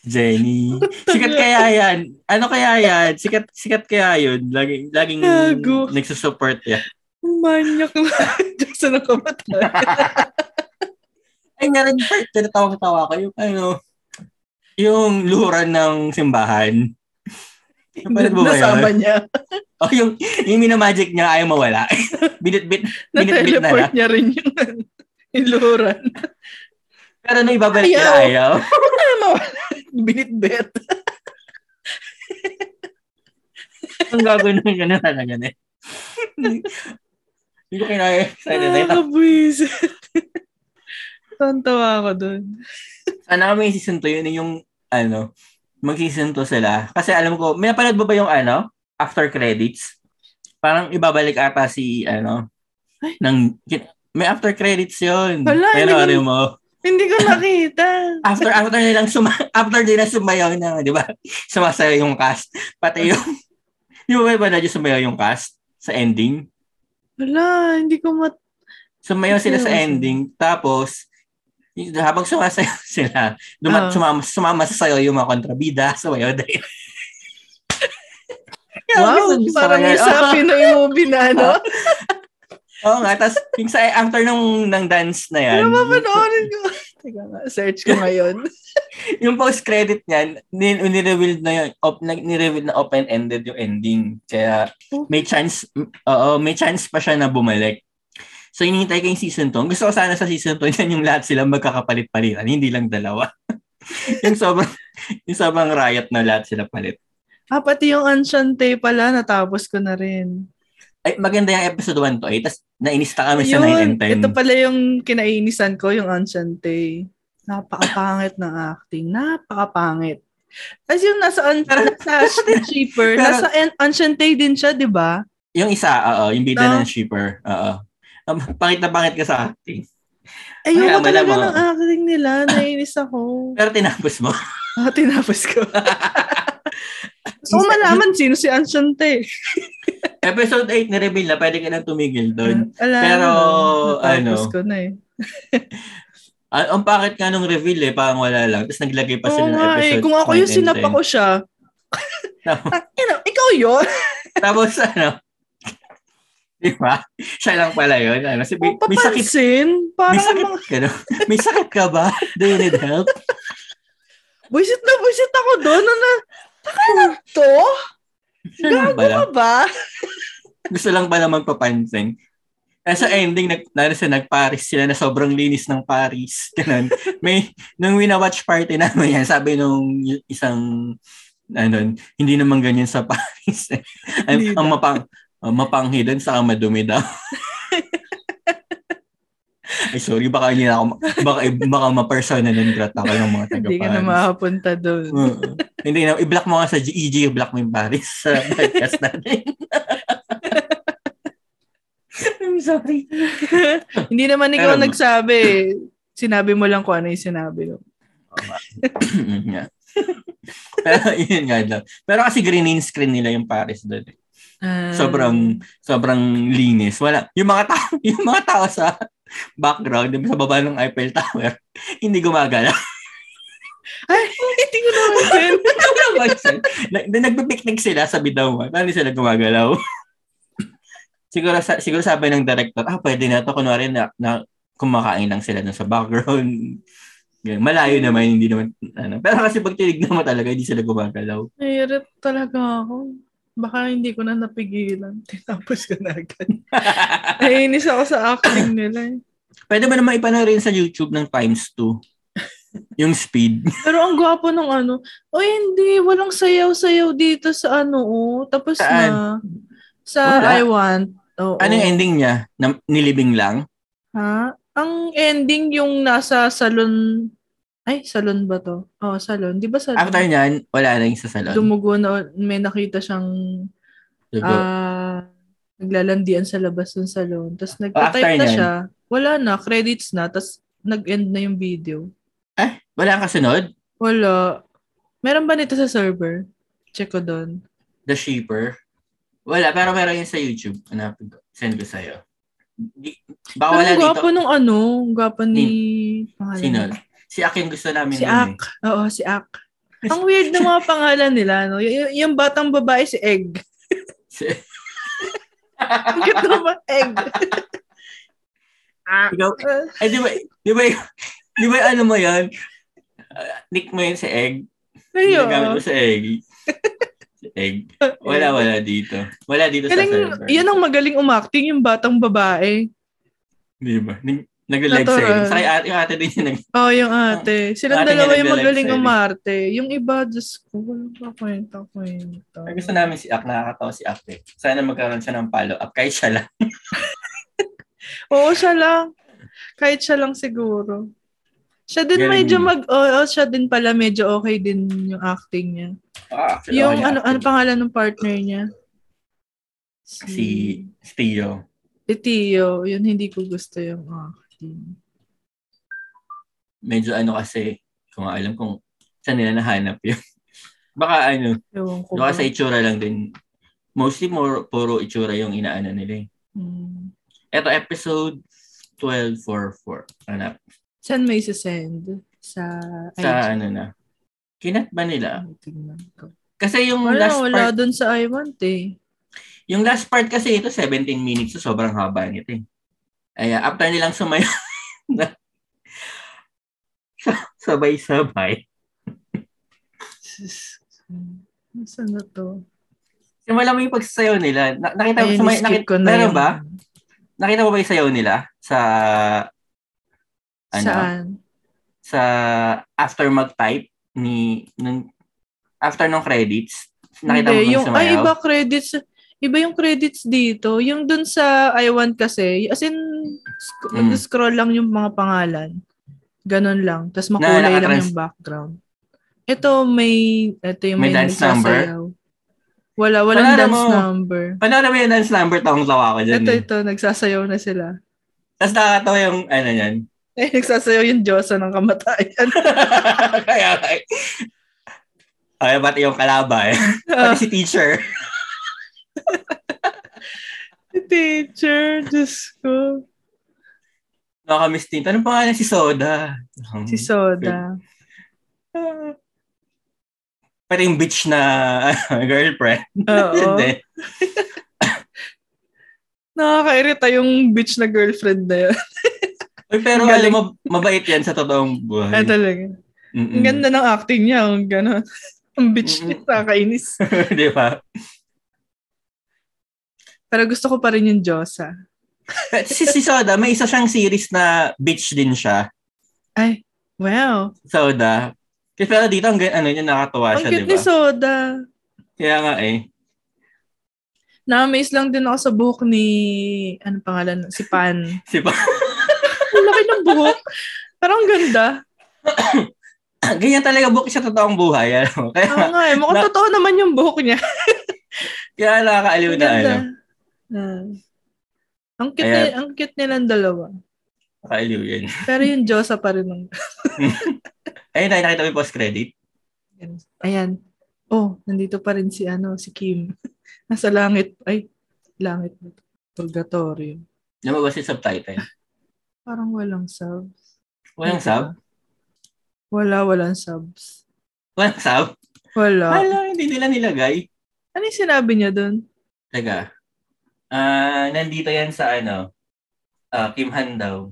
Jenny. Sikat kaya yan. Ano kaya yan? Sikat, sikat kaya yun. Laging, laging
Gago.
nagsusupport yan.
Manyak na Diyosa ng Kamatayan.
Ay, meron part. Tinatawa-tawa ko yung ano, yung luhuran ng simbahan. Napanood mo ba yun?
Nasama niya.
O yung, yung minamagic niya ayaw mawala. Binitbit. Binitbit na
Na-teleport niya rin yung ano, iluran.
Pero nung ibabalik niya
Ayaw.
ayaw.
Binitbet.
Ang gagawin ng ganun talaga na. ano, Hindi ko kinaya. Sana na yun.
Nakakabwisit. Tantawa ako dun.
Sana kami season 2 yun yung ano, mag-season 2 sila. Kasi alam ko, may napanood ba ba yung ano, after credits? Parang ibabalik ata si ano,
Ay.
ng, may after credits yun.
Wala,
Pero
hindi ko-
ano mo,
Hindi ko nakita.
after after nilang suma after nila sumayaw na, 'di ba? Sumasayaw yung cast, pati yung yung may ba na sumayaw yung cast sa ending.
Wala, hindi ko mat...
Sumayaw sila sa
Sumayaw.
ending tapos y- habang sumasayaw sila, dumat
Ah.
sumama, sumama sa sayo yung mga kontrabida, sumayaw din.
Wow, parang yung sa Pinoy movie na, no?
Oo nga, tapos yung sa after nung, ng dance na yan,
Ano mapanoorin ko? Teka nga, search ko ngayon.
yung post-credit niyan, ni- nireveal na yun, op, na, nireveal na open-ended yung ending. Kaya may chance, m- oo, may chance pa siya na bumalik. So, hinihintay ko yung season 2. Gusto ko sana sa season 2, yan yung lahat sila magkakapalit-palitan, hindi lang dalawa. yung sobrang, yung sobrang riot na lahat sila palit.
Ah, pati yung Anshante pala, natapos ko na rin.
Ay, maganda yung episode 1 to 8, tapos nainista kami sa 9 and
Yun,
10.
ito pala yung kinainisan ko, yung Anshante. Napakapangit ng acting. Napakapangit. As yung nasa, an-
Pero-
nasa cheaper,
pero-
nasa an- Anshante din siya, di ba?
Yung isa, oo, yung bida
Ah.
ng shipper, oo. Um, pangit na pangit ka sa acting. Wala,
Ayoko
wala
talaga
mga-
ng acting nila. Nainis ako.
Pero tinapos mo.
Ah, tinapos ko. Gusto ko malaman sino si Anshante.
Episode 8 na-reveal na, pwede ka nang tumigil doon.
Alam,
Pero,
natapos
ano,
ko na eh.
Ah, ang pangit nga nung reveal eh, parang wala lang. Tapos naglagay pa sila
Oo
ng
nga eh.
episode.
Kung ako
9
yung
and
sinapa
10.
ko siya, tak, ina, ikaw yun?
Tapos ano, di ba? Siya lang pala yun. Ano, si, may,
Kung
may sakit,
papansin,
may
parang
sakit
mga,
ka no? May sakit ka ba? Do you need help?
buisit na buisit ako doon. Ano na, taka na to?
Siya lang pala.
Ano ba?
Gusto lang pala magpapansin. Tapos sa ending, nag, nalo sa nag-Paris sila na sobrang linis ng Paris. Ganun. May, nung winawatch party namin yan, sabi nung y- isang, ano, hindi naman ganyan sa Paris.
Hindi
ang, ang
daw.
mapang, ang mapanghi doon, saka madumi daw. Ay, sorry, baka hindi na ako, ma- baka, baka ma-persona ng grat ako ng mga taga-Paris.
Hindi ka na makapunta doon.
Oo. Mm. Hindi na, i-block mo nga sa G- EG, i-block mo yung Paris sa podcast natin. I'm sorry.
Hindi naman ikaw
Hmm. Alam mo.
nagsabi. eh. Sinabi mo lang kung ano yung sinabi mo.
Mm, Yeah. Pero yun nga daw. Pero kasi green in screen nila yung Paris doon. eh.
Ah.
Sobrang sobrang linis. Wala. Yung mga tao, yung mga tao sa background, yung sa baba ng Eiffel Tower, hindi gumagala.
Ay, hindi ko naman din.
Nag- Nagpipiknik sila sa Bidawan. Paano sila gumagalaw? siguro, sa, siguro sabi ng director, ah, pwede na to. Kunwari na, na kumakain lang sila dun sa background. Ganun. Malayo naman, hindi naman, ano. Pero kasi pag tinignan mo talaga, hindi sila gumagalaw.
Nairit talaga ako. Baka hindi ko na napigilan. Tinapos ko na agad. Nainis ako sa acting nila eh.
pwede mo naman ipanorin sa YouTube ng times 2. yung speed.
Pero ang gwapo nung ano. O hindi, walang sayaw-sayaw dito sa ano oh. Tapos
Saan?
na. Sa
Wala.
I Want. Oo.
Ano yung ending niya? Na, nilibing lang?
Ha? Ang ending yung nasa salon. Ay, salon ba to? Oo, salon. Di ba salon?
After niyan, wala na yung sa salon.
Dumugo na may nakita siyang
Dugo.
ah, naglalandian sa labas ng salon. Tapos
Ah, after
nagtatype na
niyan?
siya. Wala na, credits na. Tapos nag-end na yung video.
wala ang kasunod?
Wala. Meron ba nito sa server? Check ko doon.
The Shaper? Wala, pero meron yun sa YouTube. Hanapin ko. Send ko sa'yo. Di-
Pero
Bawal na
ang
Ah,
gwapo
dito.
nung ano, ang gwapo ni... pangalan
Sino?
niya.
Si Ak yung gusto namin.
Si
nun eh.
Ak. Oo, si Ak. Ang weird ng mga pangalan nila, no? Y- y- yung batang babae, si Egg.
Si-
Ang ganda ba? Egg. Ak.
Ikaw,
Ah,
ay, di ba, di ba, di ba, ano mo yan? Ah, nick mo yun si Egg.
Ayun.
Ginagamit mo si Egg. si Egg. Wala, wala dito. Wala dito
Galing,
sa server.
yan ang magaling umakting, yung batang babae.
Di ba? Nag- Nag-live sa'yo.
Natural.
Sa kay ate, yung ate din yung nag
Oh, yung ate.
Ah.
Silang
ate niya
dalawa yung
nagla-live
magaling
sa'yo.
umarte. Yung iba, Diyos ko, walang kakwenta-kwenta.
Ang gusto namin si Ak, nakakatawa si Ak eh. Sana magkaroon siya ng follow-up. Kahit siya lang.
Oo, siya lang. Kahit siya lang siguro. Siya din
Galing
medyo
yun.
mag... Oo, siya din pala medyo okay din yung acting niya.
Ah, actually,
yung
okay na
ano, ano
acting.
pangalan ng partner niya?
Si si Tio.
Si Tio. Yun, hindi ko gusto yung ah, acting.
Medyo ano kasi, kung alam kung saan nila nahanap yun. Baka ano,
Ewan ko.
baka
ba.
sa itsura lang din. Mostly more, puro itsura yung inaano nila eh.
Hmm.
Ito episode 1244. Hanap.
Saan may send? Sa...
Sa ano na. Kinat ba nila?
Tingnan ko.
Kasi yung
Wala,
last
wala
part,
dun sa I want eh.
yung last part kasi ito 17 minutes, so sobrang haba nito eh. Ay, after nilang sumayo na sabay-sabay.
Sus. Saan na to?
Simula mo yung pagsasayaw nila. Na- nakita mo
Ayun,
sumay,
skip
nakita,
ko na ano.
meron
yun.
ba? Nakita mo ba yung sayaw nila sa ano?
Saan?
Sa after mag-type ni nung after ng credits. Nakita mo ba
Hindi,
yung
yung, ay,
sumayaw?
iba credits. Iba yung credits dito. Yung dun sa I Want kasi, as in, sc-
Mm.
mag-scroll lang yung mga pangalan. Ganon lang. Tapos
Na-
makulay
nakatrans-
lang yung background. Ito may, ito yung
May
may,
dance number?
nagsasayaw. Wala, walang
Wala na
dance
mo.
number.
Panoorin mo yung dance number, tawang tawa ko dyan.
Ito,
eh.
ito, nagsasayaw na sila.
Tapos nakakatawa yung ano yan.
Eh, nagsasayaw yung Diyosa ng kamatayan.
Kaya ay. Ay, pati yung kalaba eh.
Ah.
Pati si teacher.
teacher, Diyos ko.
Nakakamiss din. Anong pangalan si Soda? Hmm.
Si Soda.
Ah. Pati yung bitch na ano, girlfriend.
Oo.
Hindi.
Nakakairita ah, yung bitch na girlfriend na yun.
Uy, pero
Ang
alam
galing.
mo, mabait yan sa totoong buhay.
Ay, talaga.
Mm-mm.
Ang ganda ng acting niya. Ang gano'n. Ang bitch
Mm.
niya.
Mm-mm.
Nakakainis.
Di ba?
Pero gusto ko pa rin yung Diyosa.
Si, si Soda, may isa siyang series na bitch din siya.
Ay, wow.
Soda. Kasi pero dito, ang, gan- ano yun, nakatuwa
Ang
siya, di ba?
cute ni Soda.
Kaya nga eh.
Na-amaze lang din ako sa buhok ni... Ano pangalan? Si Pan.
Si pa-
Ang laki ng buhok. Parang ang ganda.
Ganyan talaga book sa totoong buhay. Alam mo? Kaya,
Oo nga eh. Mukhang
Na-
totoo naman yung buhok niya.
kaya nakakaaliw
Ang
na ano.
ganda. Ah. Ang cute,
Ayan.
ni, ang cute nilang dalawa.
Nakakaaliw yun.
Pero yung Diyosa pa rin. Ang...
Ayun na, nakita mo yung post-credit.
Ayan. Oh, nandito pa rin si ano, si Kim. Nasa langit. Ay, langit na to. Purgatorio.
Lumabas yung subtitle.
Parang walang subs.
Walang
Ano ba?
sub?
Wala, walang subs.
Walang sub?
Wala.
Wala, hindi nila nilagay.
Ano yung sinabi niya doon?
Teka. Ah, nandito yan sa ano, ah, Kim Han daw.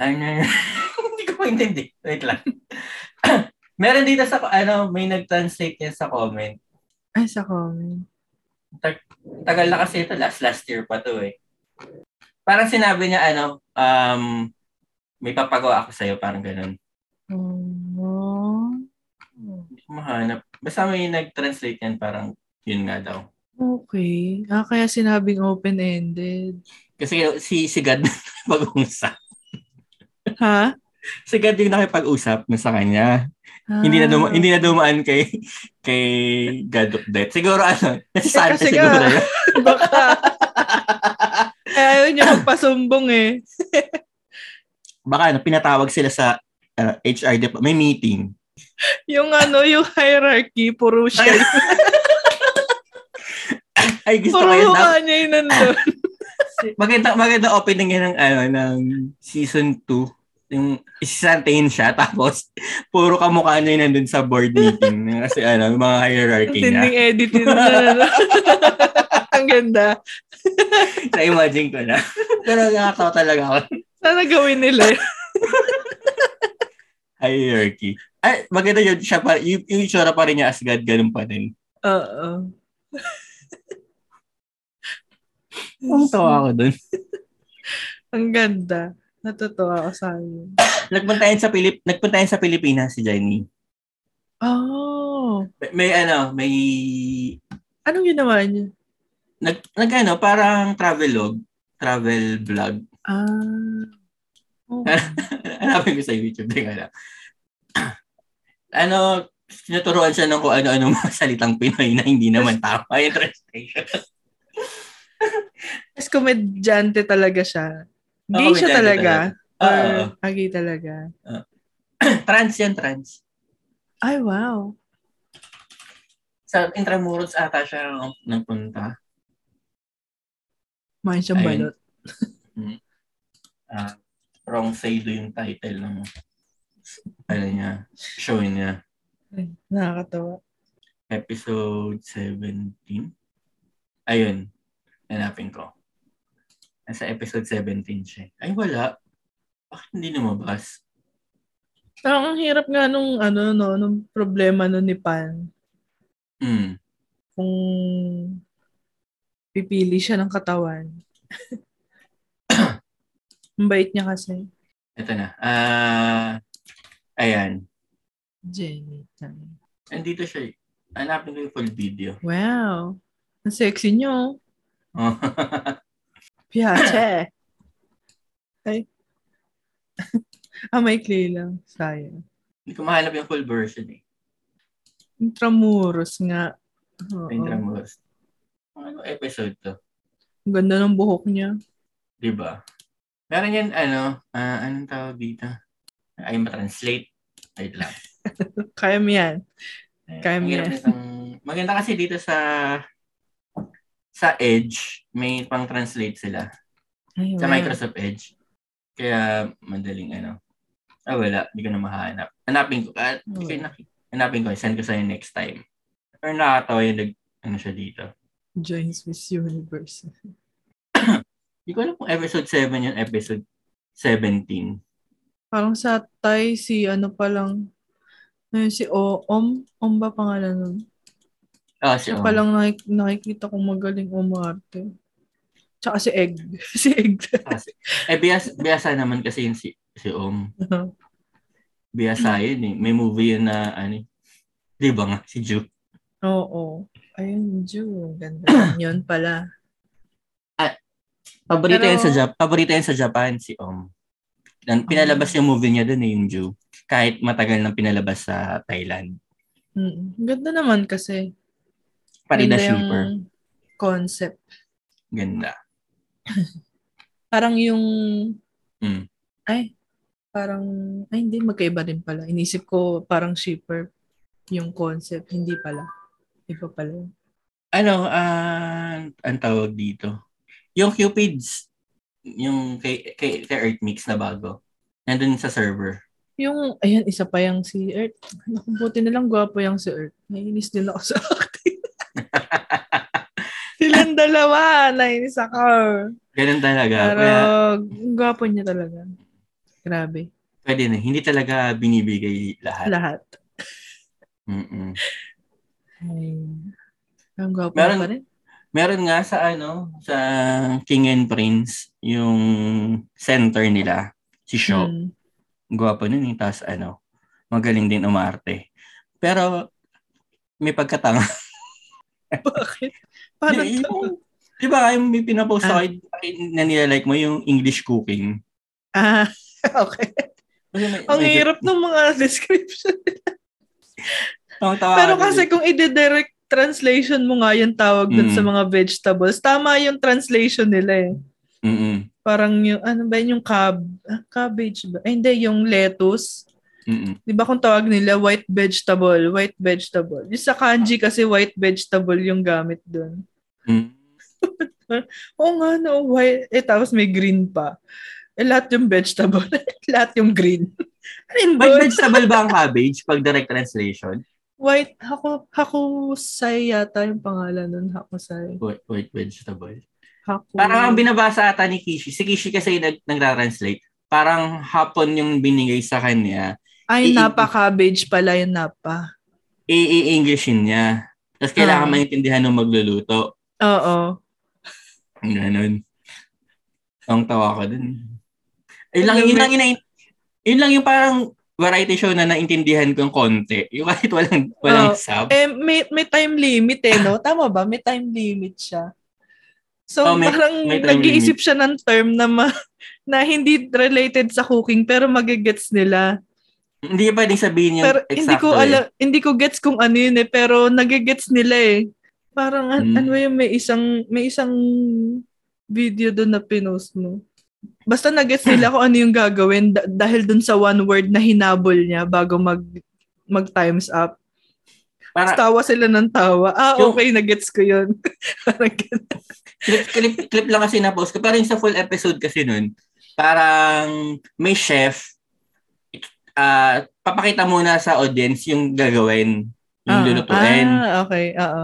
Ano Hindi ko maintindi. Wait lang. Meron dito sa, ano, may nag-translate yan sa comment.
Ay, sa comment.
Tagal na kasi ito, last last year pa to eh. Parang sinabi niya, ano, um, may papagawa ako sa'yo, parang ganun.
Oh.
mahanap. Basta may nag-translate yan, parang yun nga daw.
Okay. Ah, kaya sinabing open-ended.
Kasi si, si God pag-usap.
Ha?
Si God yung nakipag-usap na sa kanya.
Ah.
Hindi na duma- hindi na dumaan kay kay God of Death. Siguro ano, nasa Santa
kasi
siguro.
nga-
yun.
Baka. Eh, ayaw niya magpasumbong eh.
Baka ano, pinatawag sila sa uh, HR department. May meeting.
Yung ano, yung hierarchy, puro siya.
Ay, gusto ko
Puro
yun.
mukha
Dapat,
niya yung nandun.
maganda, maganda opening yan ng, ano, ng season 2. Yung isasantayin siya, tapos puro kamukha niya yung nandun sa board meeting. Kasi ano, yung mga hierarchy niya.
Tinding editing na. Ang ganda.
Na-imagine ko na. Pero nakakatawa talaga ako.
Sana gawin nila. yun.
Hierarchy. Ay, maganda yun. Siya pa, yung, yung itsura pa rin niya as God, ganun pa rin.
Oo.
Ang tawa ko dun.
Ang ganda. Natutuwa ako sa inyo.
Nagpuntayan sa, Pilip, nagpuntayan sa Pilipinas si Jenny.
Oh. Ano
May, may ano, may...
Anong ginawa niya?
Nag, nag ano, parang travelog. Travel vlog.
Ah. Okay.
Hanapin ko sa YouTube. Teka lang. ano, tinuturuan siya ng kung ano-ano mga salitang Pinoy na hindi naman tama yung translation.
Mas komedyante talaga siya. Gay
komedyante
siya talaga.
Oo.
Or ah, gay talaga.
trans yan, trans.
Ay, wow.
Sa Intramuros ata siya nang- nagpunta.
Mahal siyang
Ayun.
balot.
Ah, wrong Sado yung title ng ano niya, show niya.
Ay, nakakatawa.
Episode 17. Ayun. Hanapin ko. Nasa episode 17 siya. Ay, wala. Bakit hindi lumabas?
Parang ang hirap nga nung, ano, no, nung problema no ni Pan.
Hmm.
Kung pipili siya ng katawan. ang bait niya kasi.
Ito na. Ah, ayan.
Jenny.
Andito siya. eh. Hanapin ko yung full video.
Wow. Ang sexy niyo.
Oh.
Piyache. Ay. ah, may clay lang. Sayang.
Hindi ko mahanap yung full version eh.
Intramuros nga. Oo.
Intramuros. Ano episode to?
Ang ganda ng buhok niya.
Di ba? Diba? Meron yan, ano, ah, anong tawag dito? Ay, matranslate. Wait lang.
Kaya mo yan.
Ayan.
Kaya
Ang
mo
hirap
yan.
nitong- maganda kasi dito sa sa Edge, may pang-translate sila.
Ay,
Sa
wow.
Microsoft Edge. Kaya madaling ano. Ah, wala. Hindi ko na mahanap. Hanapin ko. Ah, hindi ko na, hanapin ko. Send ko sa'yo next time. Or nakakatawa yung nag, ano siya dito.
Joins Miss Universe.
Hindi ko alam kung episode 7 yun, episode 17.
Parang sa Thai, si ano pa lang, ayun, si o, Om, Om ba pangalan nun?
Ah, si Om.
Siya pa lang nakik- nakikita kong magaling umarte. Tsaka si Egg. si Egg.
Eh, biyas, biyasa naman kasi yun si, si Om.
Hmm.
Biyasa yun eh. May movie yun na, ano eh. Di ba nga, si Ju.
Oo. Ayun, Ju. Ang Ganda. Yun pala.
Paborito
Pero-
yan sa Japan. Paborito yan sa Japan si Om. Nan- Pinalabas
Hmm.
yung movie niya doon eh, yung Jew. Kahit matagal nang pinalabas sa Thailand.
Mm. Ganda naman kasi.
Parida
Ganda yung
Sleeper.
concept.
Ganda.
Parang yung,
Mm.
ay, parang, ay hindi, magkaiba din pala. Inisip ko parang shipper yung concept. Hindi pala. Iba pala yun.
Ano, ah, ang tawag dito? Yung Cupids. Yung kay, kay, kay Earth Mix na bago. Nandun sa server.
Yung, ayan, isa pa yung si Earth. Naku, buti na lang gwapo yung si Earth. Naiinis din ako sa acting. Silang dalawa, naiinis ako.
Ganun talaga.
Pero,
Kaya
ang gwapo niya talaga. Grabe.
pwede na. Hindi talaga binibigay lahat.
Lahat.
Mm-mm.
Ay, ang gwapo
Meron-
niya pa rin.
Meron nga sa ano, sa King and Prince, yung center nila, si Shaw.
Hmm.
Gwapo nun eh, tapos ano, magaling din umarte. Pero may pagkatanga.
Bakit? Paano
Yung-
to?
yung- Di ba yung may pinapost
Ah.
ako na nilalike mo yung English cooking.
Ah, okay.
Kasi may-
Ang
medyo-
hirap ng mga description.
Tawa-tawa
Pero
ako
kasi
dun.
kung i-direct translation mo nga yung tawag dun
Mm.
sa mga vegetables, tama yung translation nila eh.
Mm-mm.
Parang yung, ano ba yun, yung cab, ah, cabbage ba? Ay, hindi, yung lettuce.
Mm-mm.
Di ba kung tawag nila, white vegetable, white vegetable. Yung sa kanji kasi white vegetable yung gamit dun.
Mm.
Oo nga, no. Why? Eh, tapos may green pa. Eh, lahat yung vegetable. lahat yung green. Ano Green
May
good.
vegetable ba ang cabbage pag direct translation?
White, hako, hakusay yata yung pangalan nun. Hakusay.
Wait, wait, vegetable.
Haku.
Parang ang Ah, binabasa ata ni Kishi, si Kishi kasi nag, nagra-translate, parang hapon yung binigay sa kanya, i-
Ay, napa-cabbage pala yung napa.
i-Englishin niya. Tapos kailangan
Ah.
maintindihan ng magluluto.
Oo.
Ganun. Ang tawa ko dun. Yun lang,
Alam
yun
mo-
lang, yun, yun lang yung parang variety show na naintindihan ko yung konti. Yung kahit walang, walang
Oh.
sub.
Eh, may, may time limit eh, no? Tama ba? May time limit siya. So,
Oh, may-
parang
may time
nag-iisip siya ng term na, ma- na hindi related sa cooking pero magigets nila.
Hindi pa din sabihin yung
Pero
exacto.
hindi ko
eh.
ala, hindi ko gets kung ano yun eh, pero nagigets nila eh. Parang an-
Hmm.
ano yun, may isang may isang video doon na pinost mo. Basta nagets nila kung ano yung gagawin da- dahil doon sa one word na hinabol niya bago mag mag times up.
Para,
Tapos tawa sila ng tawa. Ah,
Yung-
okay, nagets ko yun. Parang ganun.
clip, clip, clip lang kasi na-post ko. Pero yung sa full episode kasi nun, parang may chef, ah papakita muna sa audience yung gagawin, yung
Ah,
lulutuin.
Ah, okay, oo.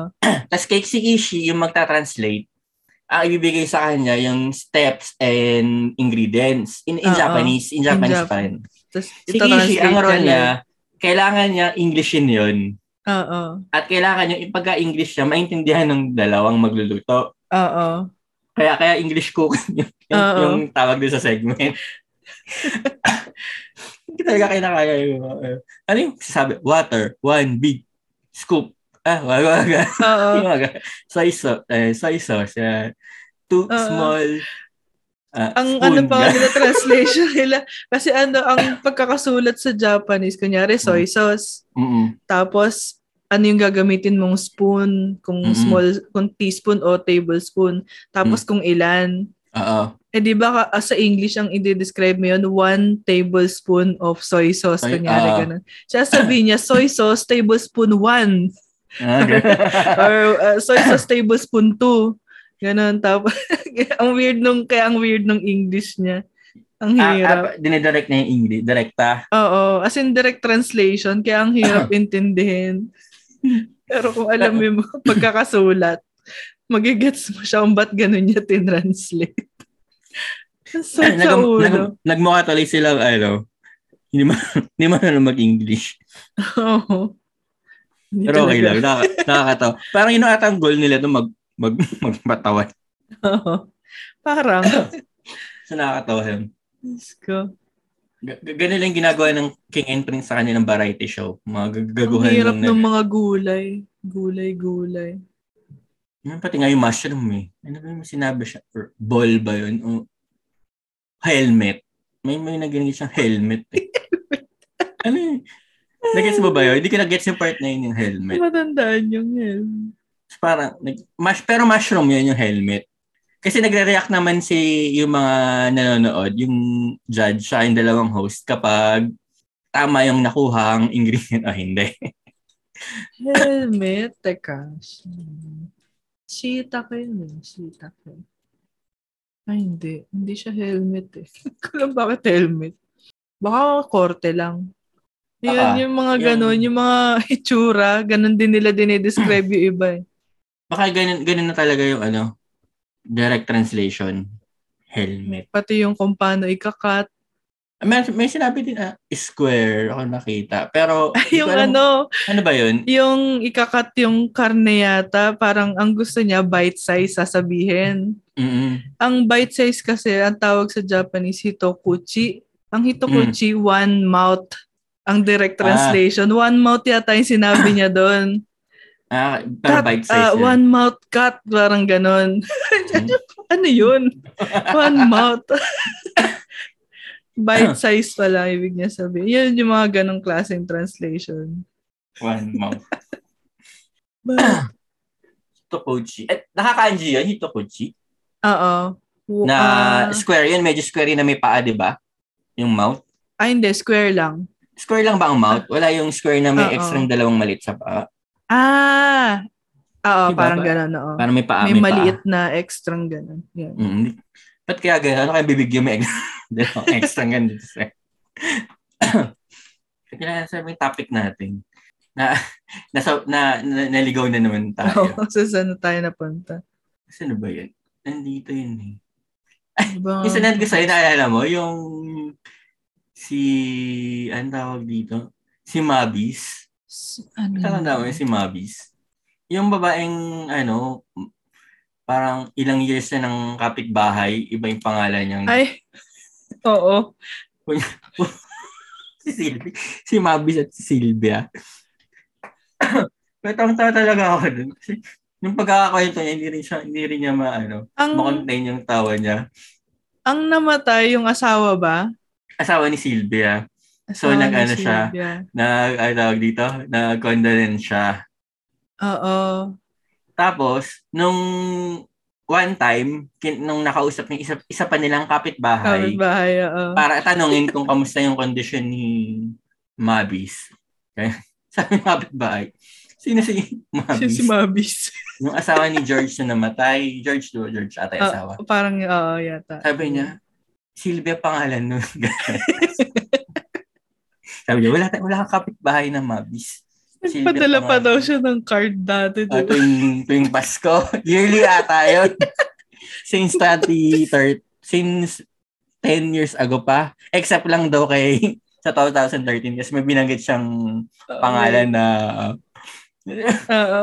Tapos kay si Ishi, yung magta-translate, ang ibibigay sa kanya yung steps and ingredients in, in
Oo.
Japanese, in Japanese
Ah, Jap-
pa rin.
Tapos
Si Ishi,
itranslate
ang role
lang.
niya, kailangan niya Englishin yun.
Oo,
At kailangan yung ipagka-English niya, maintindihan ng dalawang magluluto.
oo.
Kaya kaya English cooking yung, yung,
Oo.
yung tawag doon sa segment. Hindi talaga kinakaya yung... Uh, ano yung sabi? Water, one big scoop. Ah, wag, wag, wag.
Oo.
Yung mga soy sauce, eh, soy sauce, yeah. Two
Oo.
small ah,
ang
spoon.
ano pa nila translation nila kasi ano ang pagkakasulat sa Japanese kunyari
Hmm.
soy sauce
Mm-mm.
tapos ano yung gagamitin mong spoon kung
Mm-mm. Hmm.
small kung teaspoon o tablespoon tapos kung ilan
Oo.
eh di ba ka- ah, sa English ang i-describe mo yun one tablespoon of soy sauce
Soy-
kunyari
ah.
ganun siya sabihin niya soy sauce tablespoon one
Ah, ganun.
or uh, soy sauce tablespoon two. Ganon. Tapos, ang weird nung, kaya ang weird nung English niya. Ang
Ah, ah,
hirap.
dinidirect na yung English. Direkta.
Oo. As in direct translation, kaya ang hirap intindihin. Pero kung alam mo yung mga pagkakasulat, magigets mo siya kung ba't ganun niya tinranslate. Ang sakit sa
Nagam-
ulo.
nag- nagmukha tuloy silang, ano, hindi man, hindi man alam mag-English.
Oo. Hindi
Pero okay lang.
talaga.
Nakaka, nakakatawa. Parang yun ang atang goal nila to mag, mag, magpatawa.
Oo. Parang,
So nakakatawa yun.
Diyos ko.
G- g- ganun lang ginagawa ng King and Prince sa kanilang variety show. Mga
Ang
gagaguhan
hirap
lang
ng
nila.
mga gulay. Gulay-gulay.
Yung pati nga yung mushroom eh. Ano ba yung sinabi siya? Or ball ba yun? O helmet. May may naginig siyang helmet eh. ano yun? Nag-gets mo ba yun? Hindi ko nag-gets yung part na yun yung helmet.
Matandaan yung yun.
Tapos Parang, nag, mas, pero mushroom yun yung helmet. Kasi nagre-react naman si yung mga nanonood, yung judge siya, yung dalawang host, kapag tama yung nakuhang ingredient o hindi.
Helmet. Teka. Hmm. Cheetah ko yun eh. Cheetah ko. Ay, hindi. Hindi siya helmet eh. Hindi ko alam bakit helmet. Baka korte lang. Yan,
Baka.
yung mga
Ah, Yung-
ganun, yung mga itsura, ganun din nila dinidescribe yung iba eh.
Baka ganun, ganun na talaga yung ano, direct translation. Helmet.
Pati yung kung paano ikakat.
Ah, May, may sinabi din ah, square ako nakita. Pero, hindi ko
yung
alam-
ano,
ano ba yun?
yung ikakat yung karne yata, parang ang gusto niya bite size sasabihin.
Mm-mm.
Ang bite size kasi, ang tawag sa Japanese, hitokuchi. Ang hitokuchi, one mouth. Ang direct
Hmm. Ah.
translation. One mouth yata yung sinabi niya doon.
Ah, pero
Cut,
bite
ah,
size yun.
one mouth cut. Parang ganon. ano yun? One mouth. bite size pala, ibig niya sabihin. Yun yung mga ganong klaseng translation.
One mouth. Ah.
Ba-
Hitokochi. Eh, nakakanji yun, Hitokochi.
ah, Oo. W-
Na
ah,
square yun, medyo square yun na may paa, di ba? Yung mouth.
ay, hindi. Square lang.
Square lang ba ang mouth? Wala yung square na may
Oo.
extra dalawang malit sa paa.
Ah! Oo,
Diba?
parang gano'n, oo.
Parang may paa,
May
may,
maliit na extra gano'n. Yeah.
paa. Mm. Ba't kaya ganyan? Ano kaya bibigyan mo extra? Dalawang extra nga dito sa... Kaya sa may topic natin. Na, nasa, na, na, naligaw na naman tayo.
Oo, so saan na tayo napunta?
Sino ba yan? Nandito yun eh.
Diba?
Yung sinend ko sa'yo, naalala mo, yung si, anong tawag dito? Si Mabis.
S- ano?
Tatanda mo yun, si Mabis. Yung babaeng, ano, parang ilang years na ng kapitbahay, iba yung pangalan niyang
Ay, oo.
si Sylvia. Si Mabis at si Sylvia. Pero tawang talaga ako dun. Kasi yung pagkakakwento niya, hindi rin siya, hindi rin niya maano,
Ang,
makontain yung tawa niya.
ang namatay yung asawa ba?
Asawa ni Sylvia, So,
Asawa ni
nag-ano siya?
Sylvia.
na, ano tawag dito, na condolence siya.
Oo.
Tapos, nung one time, kin- nung nakausap niya, isa, isa pa nilang kapitbahay,
Kapit-bahay, oo.
para tanongin kung kamusta yung condition ni Mabis. Okay? Sabi ng kapitbahay, sino si
Siya
Mabis?
si Mabis.
yung asawa ni George na namatay. George, do George ata yung
Ah,
asawa.
Parang, oo, yata.
Sabi niya, Silvia pangalan nun. Sabi niya, wala, ta- wala kang kapitbahay na Mabis. Silvia
Nagpadala pa
pangalan.
daw siya ng card dati.
Ah,
diba?
tuwing, tuwing Pasko. Yearly ata yun. since 20, thir- since 10 years ago pa. Except lang daw kay sa 2013 kasi may binanggit siyang pangalan na
Oo.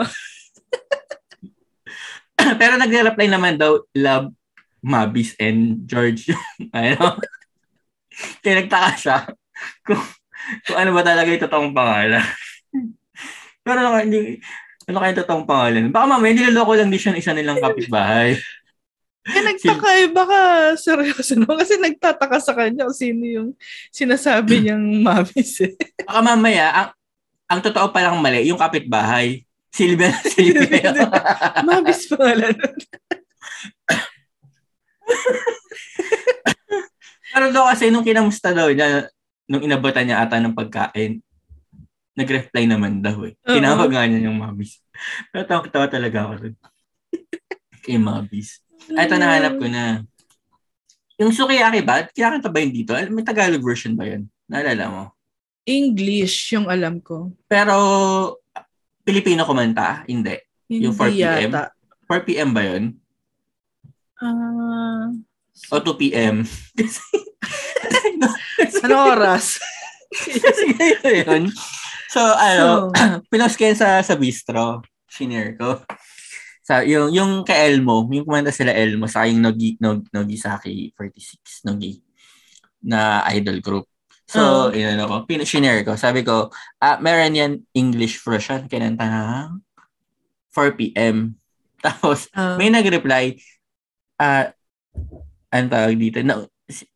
pero nagre-reply naman daw love Mabis and George ano kaya nagtaka siya kung, kung ano ba talaga yung totoong pangalan pero ano, kaya- hindi ano kaya yung totoong pangalan baka mamaya niloloko lang din siya ng isa nilang kapitbahay
Eh, nagtaka eh, baka seryoso no? Kasi nagtataka sa kanya kung sino yung sinasabi niyang Mabis eh.
Baka mamaya, ang, ang totoo palang mali, yung kapitbahay. Silvia na Silvia.
Mabis pangalan.
Pero daw kasi nung kinamusta daw niya, nung inabatan niya ata ng pagkain, nag-reply naman daw eh.
Oo.
Tinawag nga niya yung Mabis. Pero tawa-tawa talaga ako dun. Kay Mabis. Ay, Ah, Ito, nahanap ko na. Yung Sukiyaki ba? Kinakanta ba yun dito? Alam- May Tagalog version ba yun? Naalala mo?
English yung alam ko.
Pero, Pilipino kumanta? Hindi.
Hindi
Yung 4 PM?
yata.
4 p.m. ba yun?
Ah,
O 2 p.m.? Kasi,
ano oras?
Kasi ganito yun. So, ano, pinost ko yun sa, sa bistro. Shinare ko. Sa, yung, yung kay Elmo, yung kumanta sila Elmo, sa yung Nogi, Nog, Nogisaki 46, Nogi, na idol group. So,
Oo.
yun ano ko, pin- shinare ko. Sabi ko, ah, meron yan English version, kinanta ng 4 p.m. Tapos,
Ah,
may nag-reply, ah, ano tawag dito, na,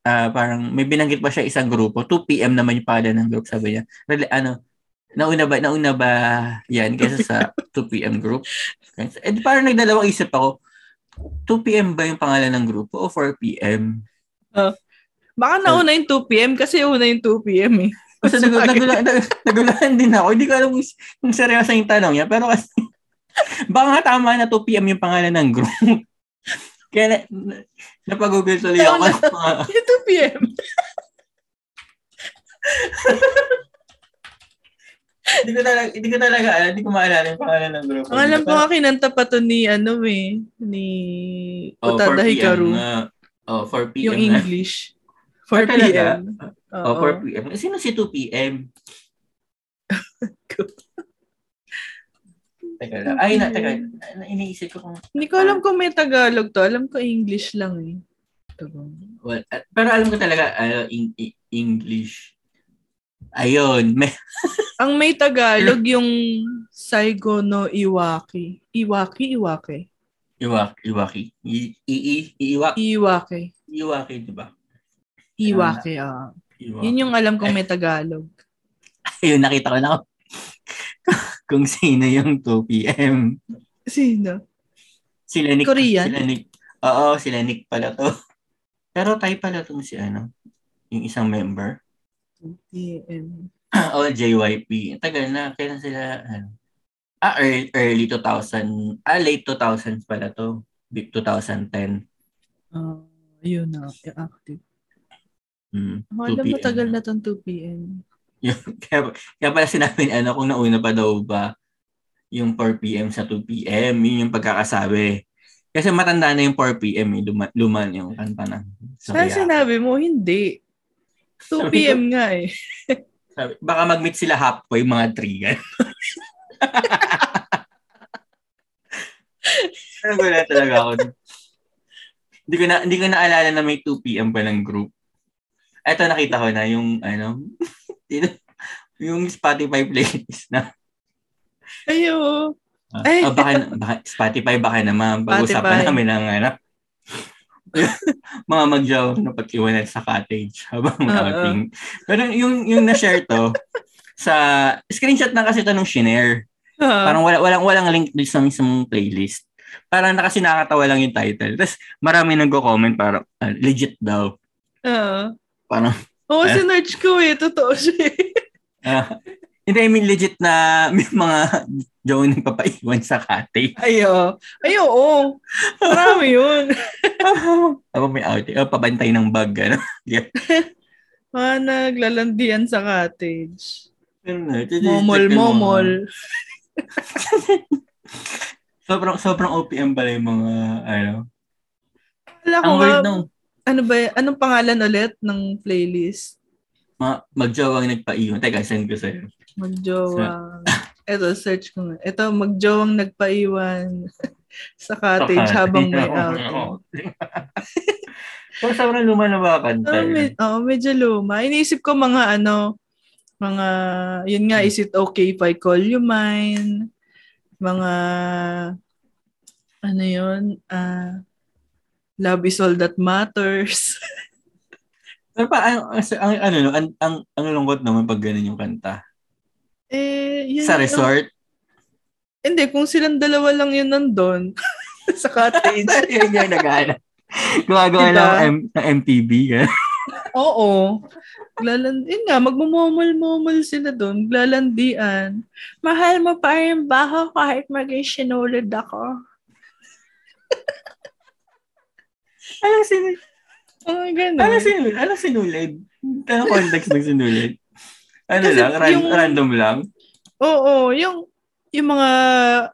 ah, parang may binanggit pa siya isang grupo, 2 p.m. naman yung pala ng group, sabi niya. Rel- ano, nauna ba, nauna ba yan kaysa sa 2 p.m. group? Okay. Eh, parang nagdalawang isip ako, 2 p.m. ba yung pangalan ng grupo o 4 p.m.?
baka nauna yung 2 PM kasi una yung 2 PM eh.
Basta nag- nagula- nag- nagulahan din ako. Hindi ko alam kung, kung seryoso yung tanong niya. Pero kasi, baka nga tama na 2 p.m. yung pangalan ng group. Kaya na, na, napag-google tuloy ako ng mga
Yung 2 PM.
hindi ko talaga, hindi ko talaga, alam, hindi ko maalala yung pangalan ng grupo.
Ang alam ko nga kinanta pa to ni ano eh, ni Utada Hikaru.
Oh, 4 p.m.
Yung
na. Ah,
English. 4
talaga?
p.m.
Oh,
Oo.
4 p.m. Eh, Sino si 2 p.m.? teka lang. Ay, na, teka. Na- na- Iniisip ko kung...
Hindi ko alam kung may Tagalog to. Alam ko English lang eh. Tagalog.
Well, ah, pero alam ko talaga, ano, in- in- English. Ayun. May,
Ang may Tagalog yung Saigo no Iwaki. Iwaki, Iwaki.
iwak, iwaki. I, i, i, iwak.
Iwaki.
Iwaki, di ba?
Iwaki, ah.
Iwaki.
Yun yung alam kong may Tagalog.
Ayun, nakita ko na kung sino yung 2 p.m.
Sino?
Sila Nick.
Korean?
Sila Nick. Oo, sila Nick pala to. Pero Thai pala tong si ano, yung isang member.
PM.
o JYP. Ang Tagal na, kailan sila, ano. Ah, early, early 2000. Ah, late 2000s pala to. Big 2010.
Ah, yun na, active.
Mm,
Oh,
2
alam mo,
PM.
tagal na tong 2 p.m.
Yun, kaya, kaya pala sinabi ni ano, kung nauna pa daw ba yung 4 p.m. sa 2 p.m., yun yung pagkakasabi. Kasi matanda na yung 4 p.m., eh, luma, luman yung kanta na.
Saan sinabi mo? Hindi.
Sabi
2 p.m. nga eh.
Sabi, baka mag-meet sila halfway, mga 3 yan. Ano ba na talaga ako? hindi ko na hindi ko naalala na may 2 PM pa ng group. Ito nakita ko na yung ano yung Spotify playlist na
Ayo.
Ah,
Ay,
ah, baka, baka, Spotify baka naman
Spotify.
pag-usapan namin ang ano. mga magjaw na pag-iwanan sa cottage habang
Oo.
outing. Pero yung yung na-share to sa screenshot na kasi to nung shinare.
Ah,
Parang wala walang walang link dun sa mismong playlist. Parang na kasi nakakatawa lang yung title. Tapos marami nagko-comment para legit daw.
ah.
Parang
Oo, oh,
Eh?
sinerge ko eh. Totoo siya eh.
ah, hindi I mean legit na may mga jaw na papaiwan sa cottage.
Ayo. Ayo, oo. Marami yun.
Tapos may outing. Oh, pabantay ng bag. Ano?
Mga naglalandian sa cottage. Momol,
eh. Momol,
momol.
ah. Sobrang, sobrang OPM pala yung mga, ano.
Wala ko
Ang
nga,
weird nung,
ano ba, anong pangalan ulit ng playlist?
mga magjawang nagpaiwan. Teka, send ko sa'yo.
Magjowang. Eto, search ko nga. Eto, magjowang nagpaiwan sa cottage
Sa
habang may
cottage.
outing.
So, sobrang luma na ba kanta? eh.
Oo, med- oo, medyo luma. Iniisip ko mga ano, mga, yun nga, is it okay if I call you mine? Mga, ano yun, ah, love is all that matters.
Pero pa, ang, ang, ang, ano, no, ang, ang, ang lungkot naman pag ganun yung kanta.
eh, yun,
Sa
yun.
resort.
Hindi, kung silang dalawa lang yun nandun, sa cottage.
yun yung nag-ano. Gumagawa
Diba?
lang ng M- eh. ng MTV. ganun.
Oo. Glalan, yun nga, magmumomol-momol sila doon. Glalandian. Mahal mo pa rin ba ako kahit maging sinulid ako?
Anong sin
Mga ganun.
Ano sinulid? Ano sinulid? Anong Ano context ng sinulid? Ano
Kasi
lang? Ran-
yung-
Random lang?
Oo, yung yung mga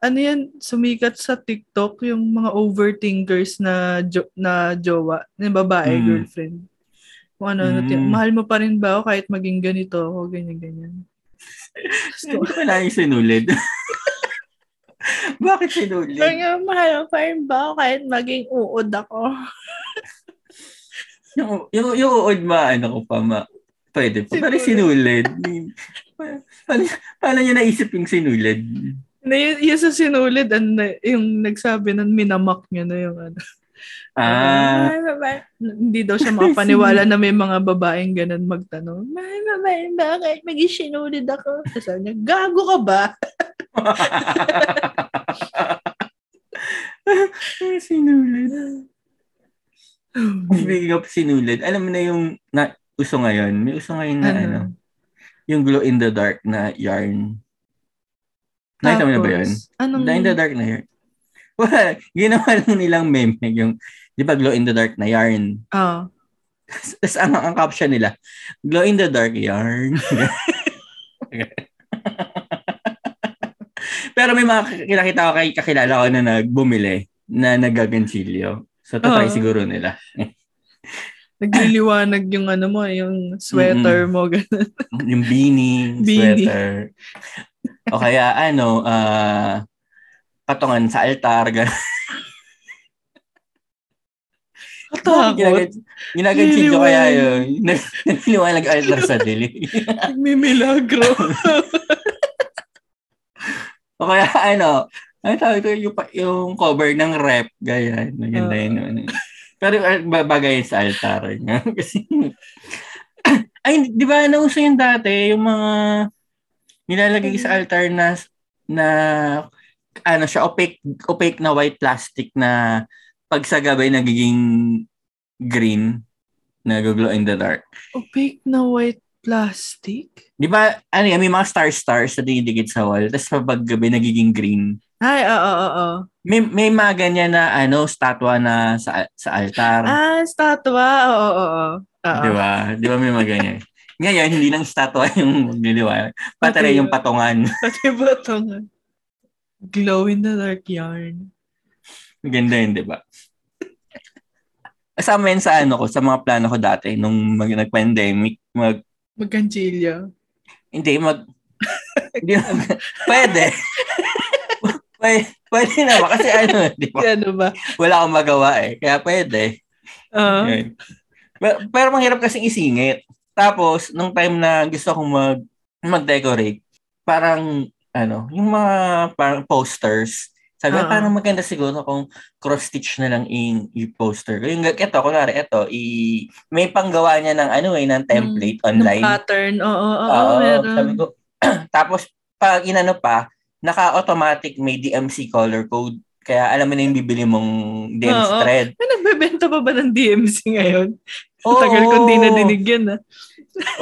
ano yan sumikat sa TikTok yung mga overthinkers na jo- na jowa, na babae
Mm.
girlfriend. Kung ano, ano tin-
Mm.
mahal mo pa rin ba ako kahit maging ganito ako, ganyan ganyan. Gusto
Hindi pala yung sinulid. Bakit sinulid?
Kaya mahal mo pa rin ba ako kahit maging uod ako?
Yung, yung, yung uod ma, ano ko pa, ma, pwede pa. Pero sinulid. paano, paano niya naisip yung sinulid?
Na yun, yun sa sinulid, ano, na- yung nagsabi nun, minamak niya na yung ano.
Ah,
Mahal mo ba- Hindi daw siya makapaniwala na may mga babaeng ganun magtanong. Mahal mo ba yun ba? Kahit maging sinulid ako. Tapos sabi niya, gago ka ba?
sinulid. Speaking of sinulid, alam mo na yung na, uso ngayon. May uso ngayon na
Ano?
ano, yung glow in the dark na yarn. Nakita mo na ba yun?
Tapos, Anong,
Glow in the dark na yarn. Wala. Ginawa lang nilang meme yung, di ba, glow in the dark na yarn.
Ah.
Tapos ang, ang caption nila, glow in the dark yarn. Pero may mga kinakita ko kay kakilala ko na nagbumili na nagagansilyo. So, tatry
Oo.
siguro nila.
nagliliwanag yung ano mo, yung sweater mo. Ganun.
Yung beanie,
Beanie.
sweater. O kaya ano, ah patungan sa altar. Ganun.
Katakot.
Ginagansin ko kaya
Niliwanag.
yun. Niliwanag altar sa dili.
May milagro.
o kaya ano, ano tawag ito, yung, pa- yung cover ng rep. Gaya, maganda
Oo.
yun. ano. Pero ah, ba- bagay yun sa altar. Kasi, ay, di ba nauso yun dati, yung mga nilalagay sa altar na na ano siya opaque opaque na white plastic na pag sa gabi nagiging green na glow in the dark.
Opaque Oh, na white Plastic?
Di ba, ano yan, may mga star-stars na dinidikit sa wall, tapos pag gabi nagiging green.
Ay, oo, oo, oo.
May, may mga ganyan na, ano, statwa na sa, sa altar.
Ah, statwa. Oo, oo, oo. Ah, Oo.
Di ba? Di ba may mga ganyan? Ngayon, hindi lang statwa yung magliliwanag. Pati rin yung patungan.
Pati ba itong ah, glow in the dark yarn?
Ganda yun, di ba? Kasama yun sa ano ko, sa mga plano ko dati, nung mag, nag-pandemic, mag,
Magkanchilya.
hindi, mag, hindi, mag, pwede. pwede. Pwede na ba? Kasi ano, di ba?
Ano ba?
Wala akong magawa eh. Kaya pwede.
Ah,
Yun. Pero, pero mahirap kasing isingit. Tapos, nung time na gusto kong mag, mag-decorate, parang, ano, yung mga parang posters, sabi ko,
Oo.
parang maganda siguro kung cross-stitch na lang in i-poster. ko. Yung ito, kunwari, ito, i, may panggawa niya ng, ano eh, ng template online.
Hmm. Ng pattern. Oo, oo, oo,
Oo,
meron.
sabi ko, tapos, pag inano pa, naka-automatic may DMC color code. Kaya alam mo na yung bibili mong dense
Oo.
thread.
May nagbebenta pa ba ng DMC ngayon?
Oo.
Tagal ko hindi nadinig yun. Ah,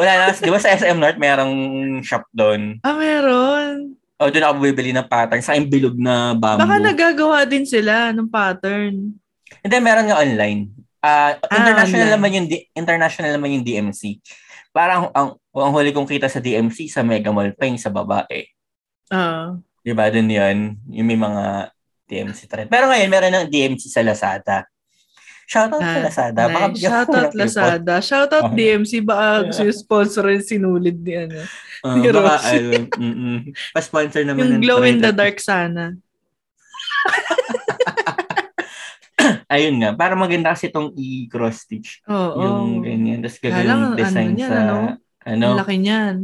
Wala na. Di ba sa SM North merong shop doon?
ah meron.
O doon ako bibili ng pattern. Sa aking bilog na bamboo.
Baka nagagawa din sila ng pattern.
Hindi, meron nga online. Ah, international
online.
naman yung D- international naman yung DMC. Parang ang, ang huli kong kita sa DMC sa Mega Mall pa yung sa babae.
Ah,
Di ba doon yun? Yung may mga DMC trend. Pero ngayon, meron ng DMC sa Lazada. Shoutout sa
Ah,
Lazada. Baka
nice.
bigyan ko ng
Shoutout
report.
Lazada. Shoutout
Okay.
DMC. Baka gusto yung sponsor yung sinulid ni ano.
Ah,
Ni
baka,
Rosie.
ano, mm-mm. pa-sponsor naman.
Yung
ng
glow in the
trend.
dark sana.
Ayun nga. Para maganda kasi itong i-cross stitch.
Oo.
Yung ganyan. Tapos gagawin
Kailangan,
yung design
ano yan,
sa...
ano?
Ano?
Ang laki niyan.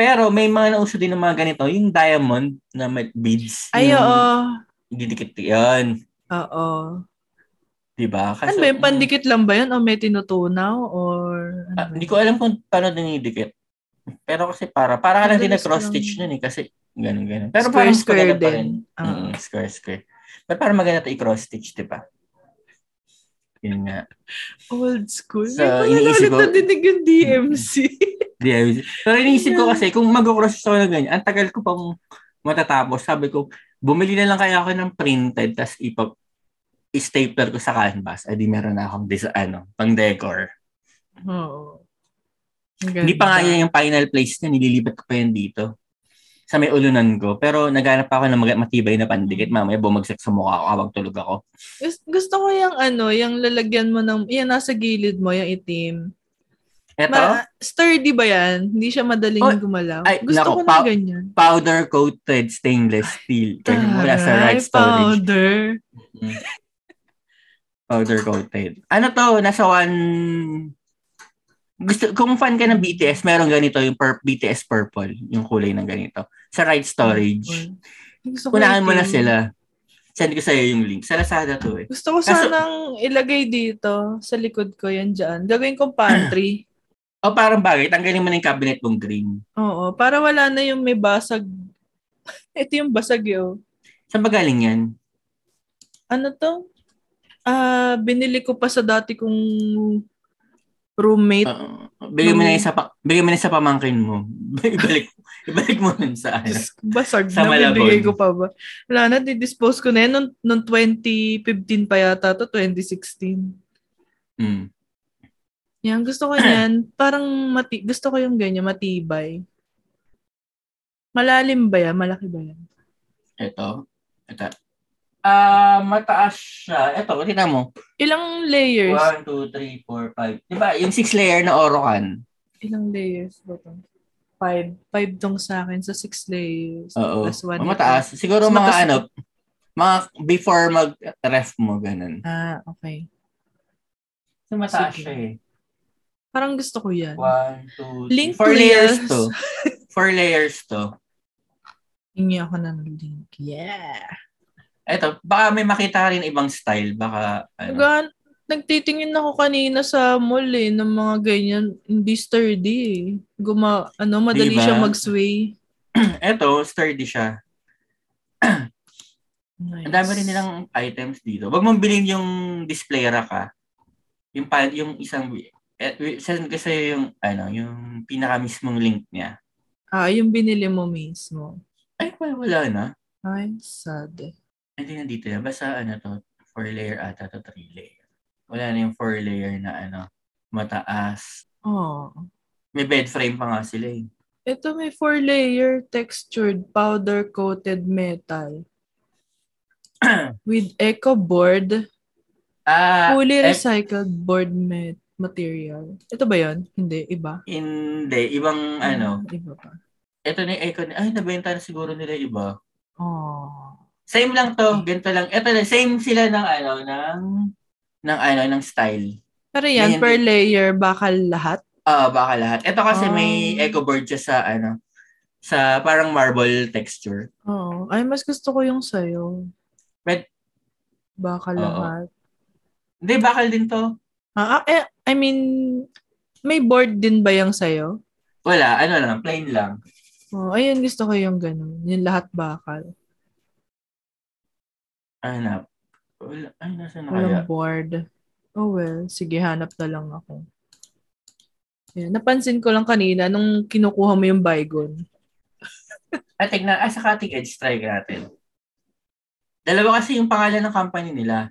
Pero may mga nauso din ng mga ganito. Yung diamond na may beads.
Ay,
yung
oo.
Didikit yun.
Oo.
Diba?
Ano
Kaso,
ba yun? Pandikit lang ba yun? O may tinutunaw? Or ano
Ah,
ba
Hindi ko
yun?
alam kung paano dinidikit. Pero kasi para, para ka lang din
Madalas
nag-cross stitch
lang.
nun eh. Kasi ganun, ganun. Pero
square,
parang
square
maganda pa rin.
din. Oo.
Mm, square, square. Pero parang maganda ito i-cross stitch, di ba? Yun nga.
Old school.
So,
So,
iniisip
iniisip
ko-
ko. Nadinig yung DMC.
Di, I- pero iniisip ko kasi, kung mag-cross ako ng ganyan, ang tagal ko pang matatapos. Sabi ko, bumili na lang kaya ako ng printed, tas ipag stapler ko sa canvas. Ay, di meron na akong design, ano, pang decor.
Oo.
Hindi pa nga yan yung final place na nililipat ko pa yan dito. Sa may ulunan ko. Pero naghanap pa ako ng mag- matibay na pandikit.
Mm.
Mamaya bumagsak sa mukha ko habang tulog ako.
Gus- Gusto ko yung ano, yung lalagyan mo ng, yan nasa gilid mo, yung itim.
Eto,
Ma- sturdy ba yan? Hindi siya madaling
Oy,
gumalaw.
ay,
Gusto
naku,
ko na
pa-
ganyan.
powder-coated stainless steel. Kasi mula sa
Taray,
right storage.
powder.
Powder-coated. Ano to? Nasa one... Gusto, kung fan ka ng BTS, meron ganito yung pur- BTS purple, yung kulay ng ganito. Sa right storage.
Gusto ko
Unahan mo na
itim.
sila. Send ko sa'yo yung link. Sa Lazada to eh.
Gusto ko
Kaso-
sanang ilagay dito sa likod ko yan dyan. Gagawin kong pantry.
O parang bagay, tanggalin mo na yung cabinet mong green.
Oo, para wala na yung may basag. Ito yung basag yun.
Saan ba galing yan?
Ano to? Ah, binili ko pa sa dati kong roommate.
Oo. bigyan mo na yung sa, pa- bigyan mo na yung sa pamangkin mo. ibalik, ibalik mo nun sa ano.
Diyos ko, basag
Sa
na
Malabon.
binigay ko pa ba? Wala na, didispose ko na yan. Noong, noong 2015 pa yata to, 2016.
Mm.
Yan, gusto ko yan. Parang mati- gusto ko yung ganyan, matibay. Malalim ba yan? Malaki ba yan?
Ito. Ito. Ah, mataas siya. Ito, tingnan mo.
Ilang layers?
1, 2, 3, 4, 5. Diba, yung 6 layer na Orocan.
Ilang layers ba to? Five. Five tong sa akin sa six layers.
Oo.
Plus one.
Mataas. Siguro
Mas
mga
mataas-
ano, mga before mag-ref mo, ganun.
Ah, okay.
So, mataas
Sige.
siya eh.
Parang gusto ko yan.
One, two, three.
Link
Four
to
layers
yes.
to. Four layers to.
Hingi ako ng link. Yeah.
Eto, baka may makita ka rin ibang style. Baka, ano.
Gan, nagtitingin ako kanina sa mall eh, ng mga ganyan. Hindi sturdy eh. Guma, ano, madali
Diba?
siya mag-sway.
Eto, sturdy siya.
Nice.
Ang dami rin nilang items dito. Wag mong bilhin yung display rack ah. Yung, pa, yung isang eh, wait, send ko sa'yo yung, ano, yung pinaka mismong link niya.
Ah, yung binili mo mismo.
Ay, wala, wala na.
Ay, sad. eh.
Hindi nandito na. Basta ano to, four layer ata to, three layer. Wala na yung four layer na ano, mataas.
Oh.
May bed frame pa nga sila eh.
Ito may four-layer textured powder-coated metal with eco board,
ah,
fully
eh,
recycled board met- material. Ito ba yon? Hindi, iba.
hindi. Ibang ano.
Iba pa.
Ito na yung icon. Ay, nabenta na siguro nila iba.
Oh.
Same lang to. Ganito lang. Ito na. Same sila ng ano, ng ng ano, ng style.
Pero
Ganyan
yan, per layer, bakal lahat.
Ah, baka lahat. Ito kasi
Ah.
may echo board siya sa ano, sa parang marble texture.
Oo. Ay, mas gusto ko yung sayo.
But-
bakal
Oo.
lahat.
Hindi, bakal din to.
Ah, ah, eh, I mean, may board din ba yung sayo?
Wala, ano lang, plain lang.
Oh, ayun, gusto ko yung ganun. Yung lahat bakal.
Hanap. Ah, Wala, ay, nasa na kaya?
Walang board. Oh well, sige, hanap na lang ako. Ayan, napansin ko lang kanina nung kinukuha mo yung bygone.
Ah, tignan. Ah, sa cutting edge strike natin. Dalawa kasi yung pangalan ng company nila.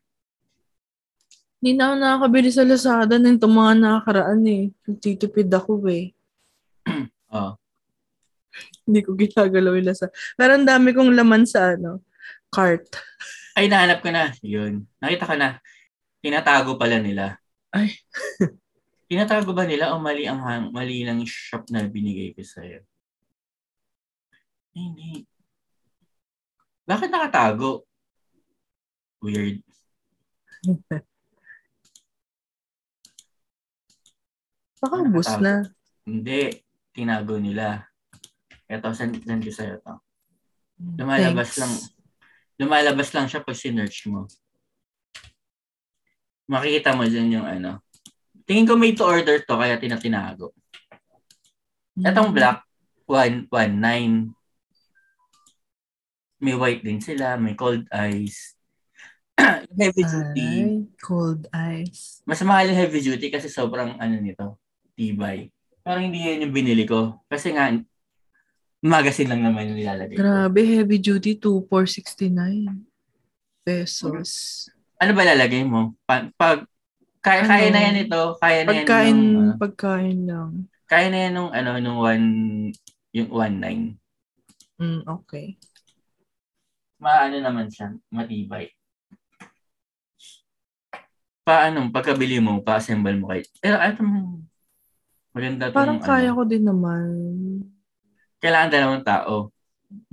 Hindi na ako nakakabili sa Lazada ng itong mga nakakaraan eh. Nagtitipid ako eh.
Oh.
Hindi ko ginagalaw yung Lazada. Pero ang dami kong laman sa ano, cart.
Ay, nahanap ko na. Yun. Nakita ka na. Tinatago pala nila.
Ay.
Tinatago ba nila o mali ang hang, mali ng shop na binigay ko sa'yo? Hindi. Bakit nakatago? Weird.
Baka
Ah,
ubos
Nakatago.
na.
Hindi. Tinago nila. Ito, send, send ko sa'yo to. Lumalabas lang. Lumalabas lang siya pag sinerch mo. Makikita mo dyan yung ano. Tingin ko may to order to kaya tinatinago.
Mm-hmm.
Itong black, 119. May white din sila, may cold eyes. heavy duty.
Ay, cold ice.
Mas mahal yung heavy duty kasi sobrang ano nito, tibay. Parang hindi yan yung binili ko. Kasi nga, magazine lang naman yung nilalagay. ko.
Grabe, heavy duty, 2,469 pesos.
ano ba lalagay mo? Pa- pag kaya,
Ano?
kaya na yan ito, kaya na yan
Pagkain,
nung, ano,
pagkain lang.
kaya na yan nung ano nung one yung 19.
Mm, okay.
Maano naman siya, matibay. Paano, pagkabili mo, pa-assemble mo kay. Eh, ito, maganda 'tong
Parang kaya
ano.
ko din naman.
Kailangan dalawang tao.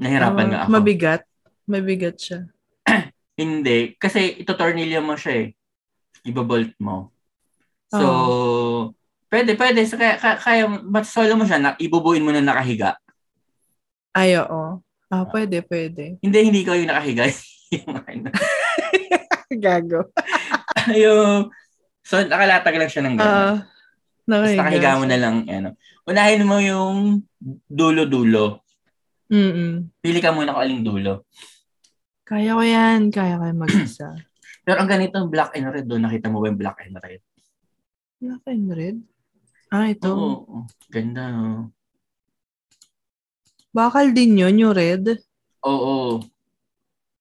Nahirapan
Ah,
nga ako.
Mabigat. Mabigat siya.
Hindi. Kasi ito tornilyo mo siya eh. Ibabolt mo. So,
Ah.
pwede, pwede. So, kaya, kaya, kaya mas solo mo siya, na, ibubuin mo na nakahiga.
Ay, oo. Ah, pwede, pwede.
Hindi, hindi ko yung nakahiga. yung, ano,
Gago.
yung, so, nakalatag lang siya ng gano'n.
Ah,
Tapos
nakahiga.
nakahiga mo na lang, ano. Unahin mo yung dulo-dulo.
Mm-mm.
Pili ka muna kung aling dulo.
Kaya ko yan. Kaya ko yan mag-isa.
Pero ang ganito, yung black and red, doon nakita mo ba yung black and red?
Black and red? Ah, ito.
Oo. oo. Ganda, oh.
Bakal din yun, yung red.
Oo.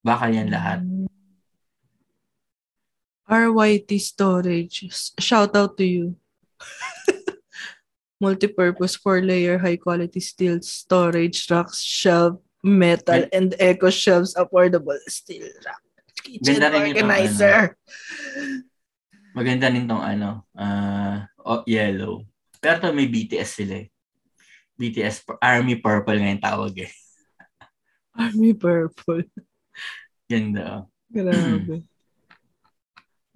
Bakal yan lahat.
Mm. RYT storage. S- Shout out to you. Multipurpose four-layer high-quality steel storage racks, shelf,
Gan-
metal, and eco shelves, affordable steel rack. Kitchen
Ganda rin ito, ano?
organizer.
Maganda rin tong ano, ah, oh, yellow. Pero to may BTS sila eh. BTS, pur- Army Purple ngayon tawag eh.
Army purple.
Ganda, oh.
Grabe.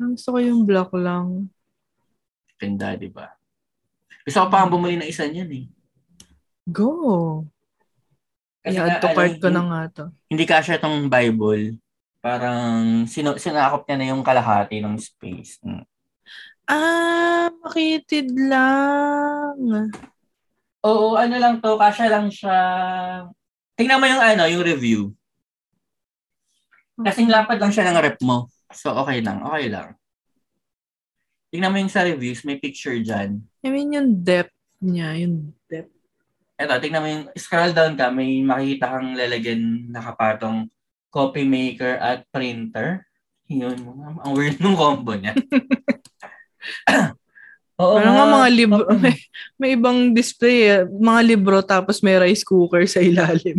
Ang gusto ko yung black lang.
Ganda, di ba? Gusto ko pa ang bumili ng isa niyan eh.
Go! I-add to
nga,
cart
ano,
ko na
hin-
nga to.
Hindi kasi itong Bible. Parang sino, sinakop niya na yung kalahati ng space. Mm.
Ah, makitid lang.
Oo, ano lang to. Kasha lang siya. Tingnan mo yung ano, yung review. Hmm. Kasing lapad lang siya ng rep mo. So, okay lang. Okay lang. Tingnan mo yung sa reviews, may picture dyan.
I mean, yung depth niya, yung depth.
Eto, tingnan mo yung, scroll down ka, may makikita kang lalagyan nakapatong copy maker at printer. Yun, ang weird nung combo niya. Oo,
Parang Ano nga mga libro, may, may ibang display, eh. mga libro tapos may rice cooker sa ilalim.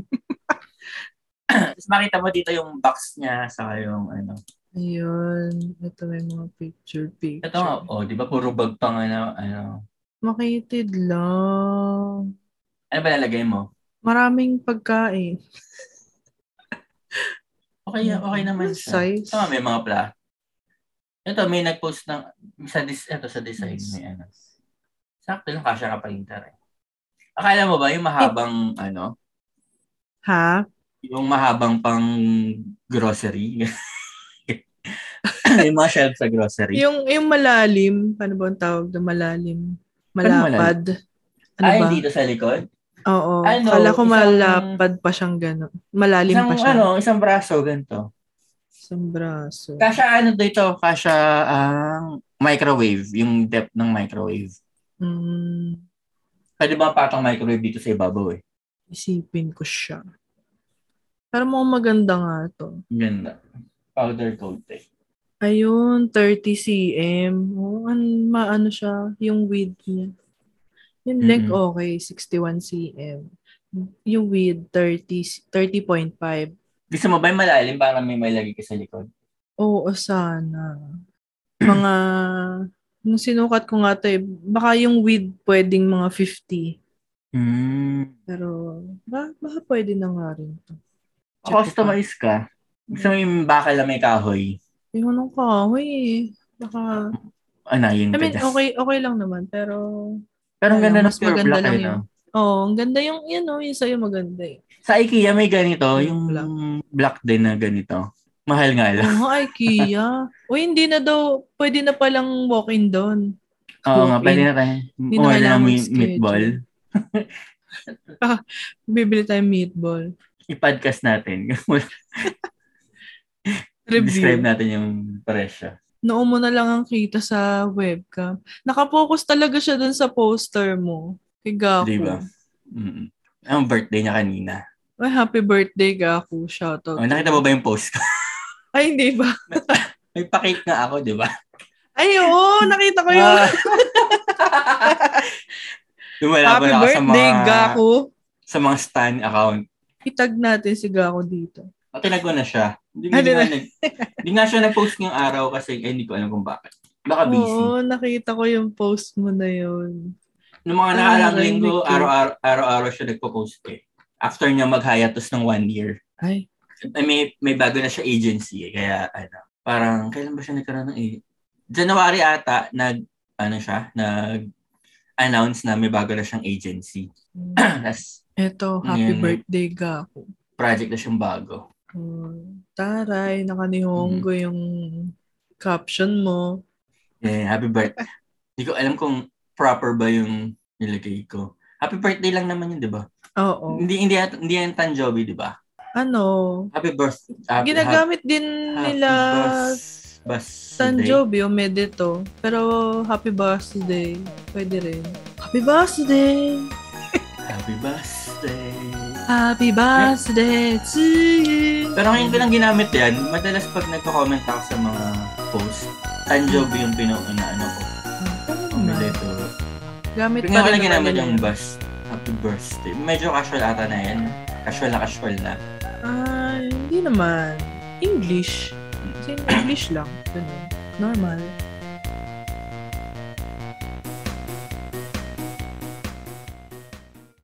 Tapos makita mo dito yung box niya sa yung ano.
Ayun, ito may mga picture, picture.
Ito nga, oh, di ba puro bag pa nga na, ano.
Makitid lang.
Ano ba lalagay mo?
Maraming pagkain.
Okay, okay naman siya.
Ano Size.
Tama, may mga pla. Ito, may nag-post ng, sa, dis, ito, sa design,
Yes.
may ano. Sakto lang, kasya ka pa eh. Akala mo ba yung mahabang, ano,
Ha?
yung mahabang pang grocery? yung mga shelf sa grocery.
Yung, yung malalim, paano ba ang tawag na malalim?
Paano malalim?
Malapad. Ano
Ay,
ba?
dito sa likod?
Oo.
Ano,
Kala ko
isang-
malapad pa siyang gano'n. Malalim
Isang,
pa siya.
ano, isang braso, ganito.
Isang braso.
Kasha ano dito, kasha ang microwave, yung depth ng microwave.
Mm,
Pwede ba patang microwave dito sa ibabaw eh?
isipin ko siya. Pero mukhang maganda nga to.
Ang Ganda. Powder coat eh.
Ayun, 30 cm. Oh, an, maano siya, yung width niya. Yung length,
Mhm.
okay, 61 cm. Yung width, 30, s- 30.5.
Gusto mo ba yung malalim para may malagi ka sa likod?
Oo, sana. Mga, nung sinukat ko nga to eh, baka yung width pwedeng mga 50.
Hmm.
Pero, ba, baka pwede na nga rin to. Check ko pa.
Customize ka. Gusto mo yung bakal na may kahoy.
Yung anong kahoy eh. Baka,
Anayin
I
ka
mean,
dyan.
okay, okay lang naman, pero
Ano, Pero ang ganda
Ayun,
ng
mas
pure
maganda
black
lang
eh,
yun.
no?
Oo, ang ganda yung, yun o, yung sa'yo maganda eh.
Sa IKEA may ganito,
Pure
yung black din na ganito. Mahal nga lang.
Oo, IKEA. Uy, hindi na daw, pwede na palang walk-in doon.
Oo nga,
Walk-in.
pwede na tayo.
na
Umala
kailangan
ng
mag-schedule.
meatball.
Bibili tayong meatball.
I-podcast natin. Describe
Review.
natin yung presyo.
Noon mo na lang ang kita sa webcam. Nakapokus talaga siya doon sa poster mo. Kay Gaku.
Di ba? Mm-mm. Ang birthday niya kanina.
Ay, happy birthday, Gaku. Shoutout.
Oh, nakita mo ba yung post ko?
Ay, hindi ba?
May pakit nga ako, di ba?
Ay, oo, nakita ko yun.
Ah. Lumalaban
happy
ako sa
birthday,
mga,
Gaku.
sa mga stan account.
Itag natin si Gaku dito.
At tinag ko na siya. Hindi,
Ah,
hindi,
di
nga,
ba?
nag- hindi nga siya nag-post ngayong araw kasi eh, hindi ko alam kung bakit. Baka busy.
Oo, nakita ko yung post mo na yun.
Noong mga
Ah,
nakaraang
narinig
linggo,
ko.
araw-araw, araw-araw siya nagpo-post eh. After niya mag-hiatus ng one year.
Ay,
Ay, may, may bago na siya agency eh. Kaya, ano, parang, kailan ba siya nagkaroon ng agency? January ata, nag, ano siya, nag-announce na may bago na siyang agency. Tapos,
eto,
Yan.
happy
eh.
birthday, Gaku.
project na siyang bago.
Mm, taray, nakanihongo
Mm-hmm.
yung caption mo.
Yeah, Eh, happy birthday. Hindi ko alam kung proper ba yung nilagay ko. Happy birthday lang naman yun, di ba?
Oo.
Hindi, hindi, yata- hindi yan Tanjobi, di ba?
Ano,
Happy birthday. Happy,
ginagamit din
happy
nila
birth- birthday.
Sanjobi o Medito. Pero happy birthday, pwede rin. Happy birthday,
Happy birthday.
happy birthday to you.
Pero ngayon ko lang ginamit yan, madalas pag nagko-comment ako sa mga post, Tanjob yung pinuunaano ko. Ang
Tama.
bileto.
Gamit
Pero ngayon ko
pa rin
lang ginamit
naman
yung
yun.
bus. Happy birthday. Medyo casual ata na yan. Casual na casual na.
Ah, hindi naman. English. Kasi English lang. Ganun. Normal.